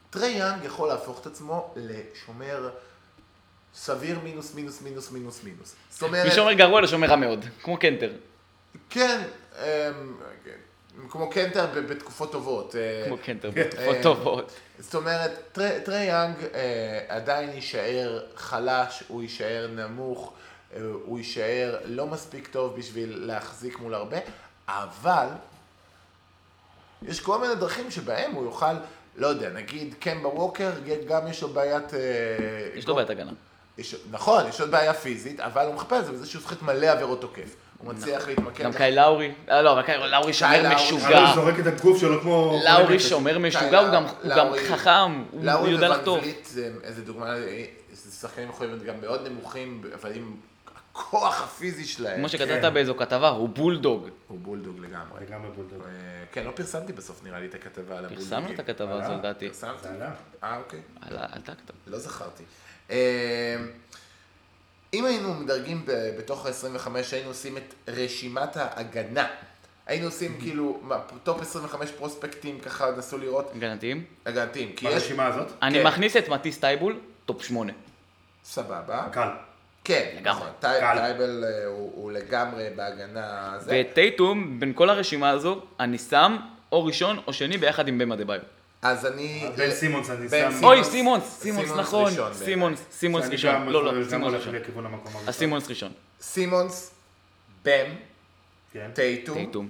[SPEAKER 1] טרי יאנג יכול להפוך את עצמו לשומר סביר מינוס מינוס מינוס מינוס מינוס. זאת אומרת,
[SPEAKER 3] מי שאומר גרוע לשומר רע מאוד, כמו קנטר.
[SPEAKER 1] כן, אמ, כן, כמו קנטר ב- בתקופות טובות. אה,
[SPEAKER 3] כמו קנטר, בתקופות
[SPEAKER 1] אה,
[SPEAKER 3] טובות.
[SPEAKER 1] זאת אומרת, טרי- טרי יאנג אה, עדיין יישאר חלש, הוא יישאר נמוך, אה, הוא יישאר לא מספיק טוב בשביל להחזיק מול הרבה, אבל יש כל מיני דרכים שבהם הוא יוכל, לא יודע, נגיד קמבה ווקר, גם יש לו בעיית... אה,
[SPEAKER 3] יש לו בעיית הגנה.
[SPEAKER 1] יש, נכון, יש עוד בעיה פיזית, אבל הוא מחפה על זה בזה שהוא שוחק מלא עבירות תוקף. הוא מצליח להתמקד.
[SPEAKER 3] נכון. גם קאי לאורי, אה, לא, אבל קאי לאורי שומר
[SPEAKER 1] לאורי.
[SPEAKER 3] משוגע.
[SPEAKER 2] אבל הוא זורק את הגוף שלו כמו...
[SPEAKER 3] לאורי שומר משוגע, הוא
[SPEAKER 1] לאו-
[SPEAKER 3] גם- הוא גם
[SPEAKER 1] לאורי-
[SPEAKER 3] חכם, הוא הוא
[SPEAKER 1] לאורי
[SPEAKER 3] יודע
[SPEAKER 1] וואן
[SPEAKER 3] לחטוף.
[SPEAKER 1] וליט זה איזה דוגמה, אה, זה שחקנים יכולים להיות גם מאוד נמוכים, אבל עם הכוח הפיזי שלהם,
[SPEAKER 3] כמו שכתבת
[SPEAKER 2] כן.
[SPEAKER 3] באיזו כתבה, הוא בולדוג.
[SPEAKER 1] הוא בולדוג לגמרי.
[SPEAKER 2] לגמרי בולדוג.
[SPEAKER 1] אה, כן, לא פרסמתי בסוף נראה לי את הכתבה על הבולדוגים.
[SPEAKER 3] פרסמנו את הכתבה הזו
[SPEAKER 2] אה,
[SPEAKER 3] לדעתי.
[SPEAKER 1] פרסמתי?
[SPEAKER 2] זה עלה.
[SPEAKER 1] אה, אוקיי.
[SPEAKER 3] עלה, עלתה כתב.
[SPEAKER 1] לא זכרתי. אה, אם היינו מדרגים ב- בתוך ה-25, היינו עושים את רשימת ההגנה. היינו עושים כאילו מה, טופ 25 פרוספקטים, ככה נסו לראות
[SPEAKER 3] הגנתיים.
[SPEAKER 1] הגנתיים. כי יש...
[SPEAKER 2] ברשימה הזאת?
[SPEAKER 3] אני
[SPEAKER 1] כן.
[SPEAKER 3] מכניס את מטיס טייבול, טופ שמונה.
[SPEAKER 1] סבבה.
[SPEAKER 2] קל.
[SPEAKER 1] כן,
[SPEAKER 3] לגמרי.
[SPEAKER 1] נכון. טי-
[SPEAKER 2] קל.
[SPEAKER 1] טייבל אה, הוא הוא לגמרי בהגנה זה.
[SPEAKER 3] ואת טייטום, בין כל הרשימה הזו, אני שם או ראשון או שני ביחד עם במה דה ביו.
[SPEAKER 1] אז אני...
[SPEAKER 2] אה,
[SPEAKER 1] אה,
[SPEAKER 2] בן סימונס אני
[SPEAKER 1] בן
[SPEAKER 2] שם.
[SPEAKER 3] אוי,
[SPEAKER 1] סימונס-
[SPEAKER 3] סימונס, סימונס,
[SPEAKER 1] סימונס
[SPEAKER 3] נכון.
[SPEAKER 1] ראשון בעיניי.
[SPEAKER 3] סימונס, סימונס
[SPEAKER 2] שאני
[SPEAKER 3] ראשון.
[SPEAKER 2] גם
[SPEAKER 3] לא,
[SPEAKER 2] יכול-
[SPEAKER 3] לא,
[SPEAKER 2] גם
[SPEAKER 3] סימונס
[SPEAKER 2] הולך
[SPEAKER 3] ראשון.
[SPEAKER 2] לכיוון המקום הראשון.
[SPEAKER 3] אז סימונס ראשון.
[SPEAKER 1] סימונס, בם,
[SPEAKER 2] כן.
[SPEAKER 1] טייטום.
[SPEAKER 3] טייטום.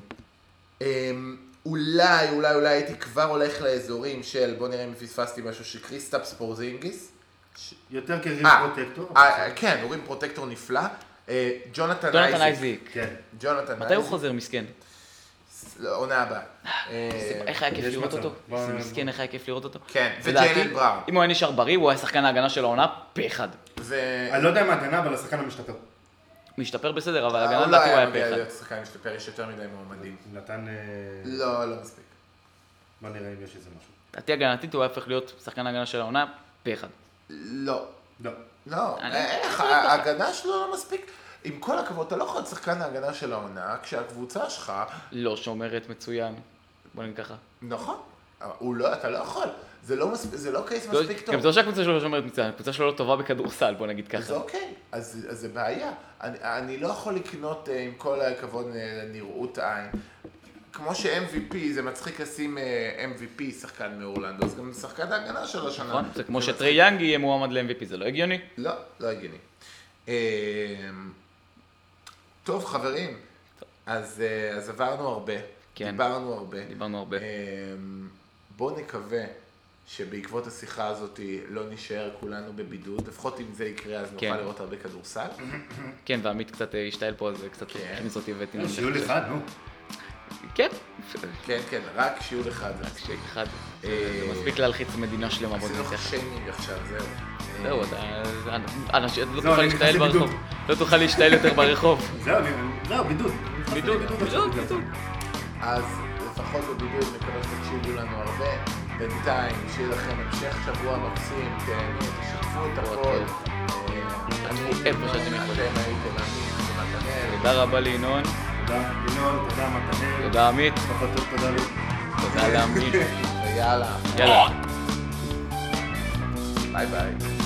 [SPEAKER 1] אמ, אולי, אולי, אולי הייתי כבר הולך לאזורים של בוא נראה אם פספסתי משהו של קריסטפס פורזינגיס.
[SPEAKER 2] יותר כריב
[SPEAKER 1] אה,
[SPEAKER 2] פרוטקטור.
[SPEAKER 1] אה, אה, כן, הורים פרוטקטור נפלא. אה, ג'ונתן
[SPEAKER 3] דונתן
[SPEAKER 1] אייזיק.
[SPEAKER 3] אייזיק.
[SPEAKER 2] כן.
[SPEAKER 1] ג'ונתן
[SPEAKER 3] מתי הוא
[SPEAKER 1] אייזיק.
[SPEAKER 3] חוזר מסכן?
[SPEAKER 1] לא, עונה הבאה. אה,
[SPEAKER 3] איך היה כיף
[SPEAKER 2] יש
[SPEAKER 3] לראות
[SPEAKER 2] מצב.
[SPEAKER 3] אותו?
[SPEAKER 2] בוא,
[SPEAKER 3] איזה
[SPEAKER 2] בוא.
[SPEAKER 3] מסכן, איך היה כיף לראות אותו?
[SPEAKER 1] כן,
[SPEAKER 3] לדעתי,
[SPEAKER 1] וג'יילן בראון.
[SPEAKER 3] אם הוא היה נשאר בריא, הוא היה שחקן ההגנה של העונה פה אחד.
[SPEAKER 1] ו-
[SPEAKER 2] אני לא יודע אם ההגנה, אבל השחקן המשתפר.
[SPEAKER 3] הוא השתפר בסדר, אבל
[SPEAKER 1] הוא
[SPEAKER 3] ההגנה
[SPEAKER 1] לא
[SPEAKER 3] לדעתי הוא
[SPEAKER 1] היה
[SPEAKER 3] היה
[SPEAKER 1] מגיע
[SPEAKER 3] פה
[SPEAKER 1] להיות
[SPEAKER 3] אחד.
[SPEAKER 1] שחקן משתפר, יש יותר מדי מועמדים.
[SPEAKER 2] הוא נתן... אה,
[SPEAKER 1] לא, לא מספיק.
[SPEAKER 2] בוא נראה אם יש איזה משהו.
[SPEAKER 3] לדעתי הגנתית הוא היה הופך להיות שחקן ההגנה של העונה פה אחד.
[SPEAKER 1] לא.
[SPEAKER 2] לא.
[SPEAKER 1] לא,
[SPEAKER 3] אני-
[SPEAKER 1] איך, ההגנה שלו לא מספיק. עם כל הכבוד, אתה לא יכול להיות שחקן ההגנה של העונה, כשהקבוצה שלך,
[SPEAKER 3] לא שומרת מצוין. בוא נגיד ככה.
[SPEAKER 1] נכון, הוא לא, אתה לא יכול. זה לא, מספ... זה לא קייס
[SPEAKER 3] לא-
[SPEAKER 1] מספיק
[SPEAKER 3] גם
[SPEAKER 1] טוב.
[SPEAKER 3] זה לא שהקבוצה שלו לא שומרת מצוין, הקבוצה שלו לא טובה בכדורסל, בוא נגיד ככה.
[SPEAKER 1] זה אוקיי, אז, אז זה בעיה. אני, אני לא יכול לקנות, אה, עם כל הכבוד, אה, לנראות עין. כמו ש-MVP, זה מצחיק לשים אה, MVP שחקן מאורלנדו, אז גם שחקן ההגנה של השנה.
[SPEAKER 3] נכון? זה כמו שטרי יאנג יהיה מועמד ל-MVP, זה לא הגיוני.
[SPEAKER 1] לא, לא הגיוני. אמ, טוב, חברים, אז אה, אז עברנו הרבה.
[SPEAKER 3] כן.
[SPEAKER 1] דיברנו הרבה.
[SPEAKER 3] דיברנו הרבה.
[SPEAKER 1] אמ, בואו נקווה שבעקבות השיחה הזאת לא נישאר כולנו בבידוד, לפחות אם זה יקרה אז נוכל
[SPEAKER 3] כן.
[SPEAKER 1] לראות הרבה כדורסל.
[SPEAKER 3] כן, ועמית קצת אה, השתעל פה, אז זה קצת
[SPEAKER 1] כן.
[SPEAKER 3] הכניס אותי ואת ינון.
[SPEAKER 2] שיהיו לך, אה, נו.
[SPEAKER 3] כן,
[SPEAKER 1] כן, כן, רק שיעור אחד.
[SPEAKER 3] מספיק אחד. זה
[SPEAKER 1] אה, נכון.
[SPEAKER 3] זה מספיק להלחיץ מדינה שלמה
[SPEAKER 1] עשינו לך
[SPEAKER 3] בודקה.
[SPEAKER 1] שיימינג עכשיו, זהו.
[SPEAKER 3] זהו, אתה... אנ- אנשים, לא
[SPEAKER 2] לא,
[SPEAKER 3] תוכל
[SPEAKER 2] אני
[SPEAKER 3] להשתעל
[SPEAKER 2] נכנס לבידוד.
[SPEAKER 3] ברחוב. לא תוכל להשתעל יותר ברחוב.
[SPEAKER 2] זהו, אני- זהו, בידוד.
[SPEAKER 3] בידוד, בידוד, בידוד.
[SPEAKER 1] אז לפחות בבידוד נקווה שתקשיבו לנו הרבה. בינתיים, שיהיה לכם המשך שבוע מקסים, תהנו, תשתפו את הכל. אה, אני הייתי
[SPEAKER 3] איפה שאתם
[SPEAKER 1] נועם,
[SPEAKER 3] יכולים.
[SPEAKER 1] אתם הייתם אני, מתנאל.
[SPEAKER 3] תודה רבה לינון,
[SPEAKER 2] תודה, ינון, תודה, מתנאל.
[SPEAKER 3] תודה עמית,
[SPEAKER 2] פחות טוב, תודה לי.
[SPEAKER 3] תודה לעמית.
[SPEAKER 1] ויאללה,
[SPEAKER 3] יאללה.
[SPEAKER 1] ביי ביי.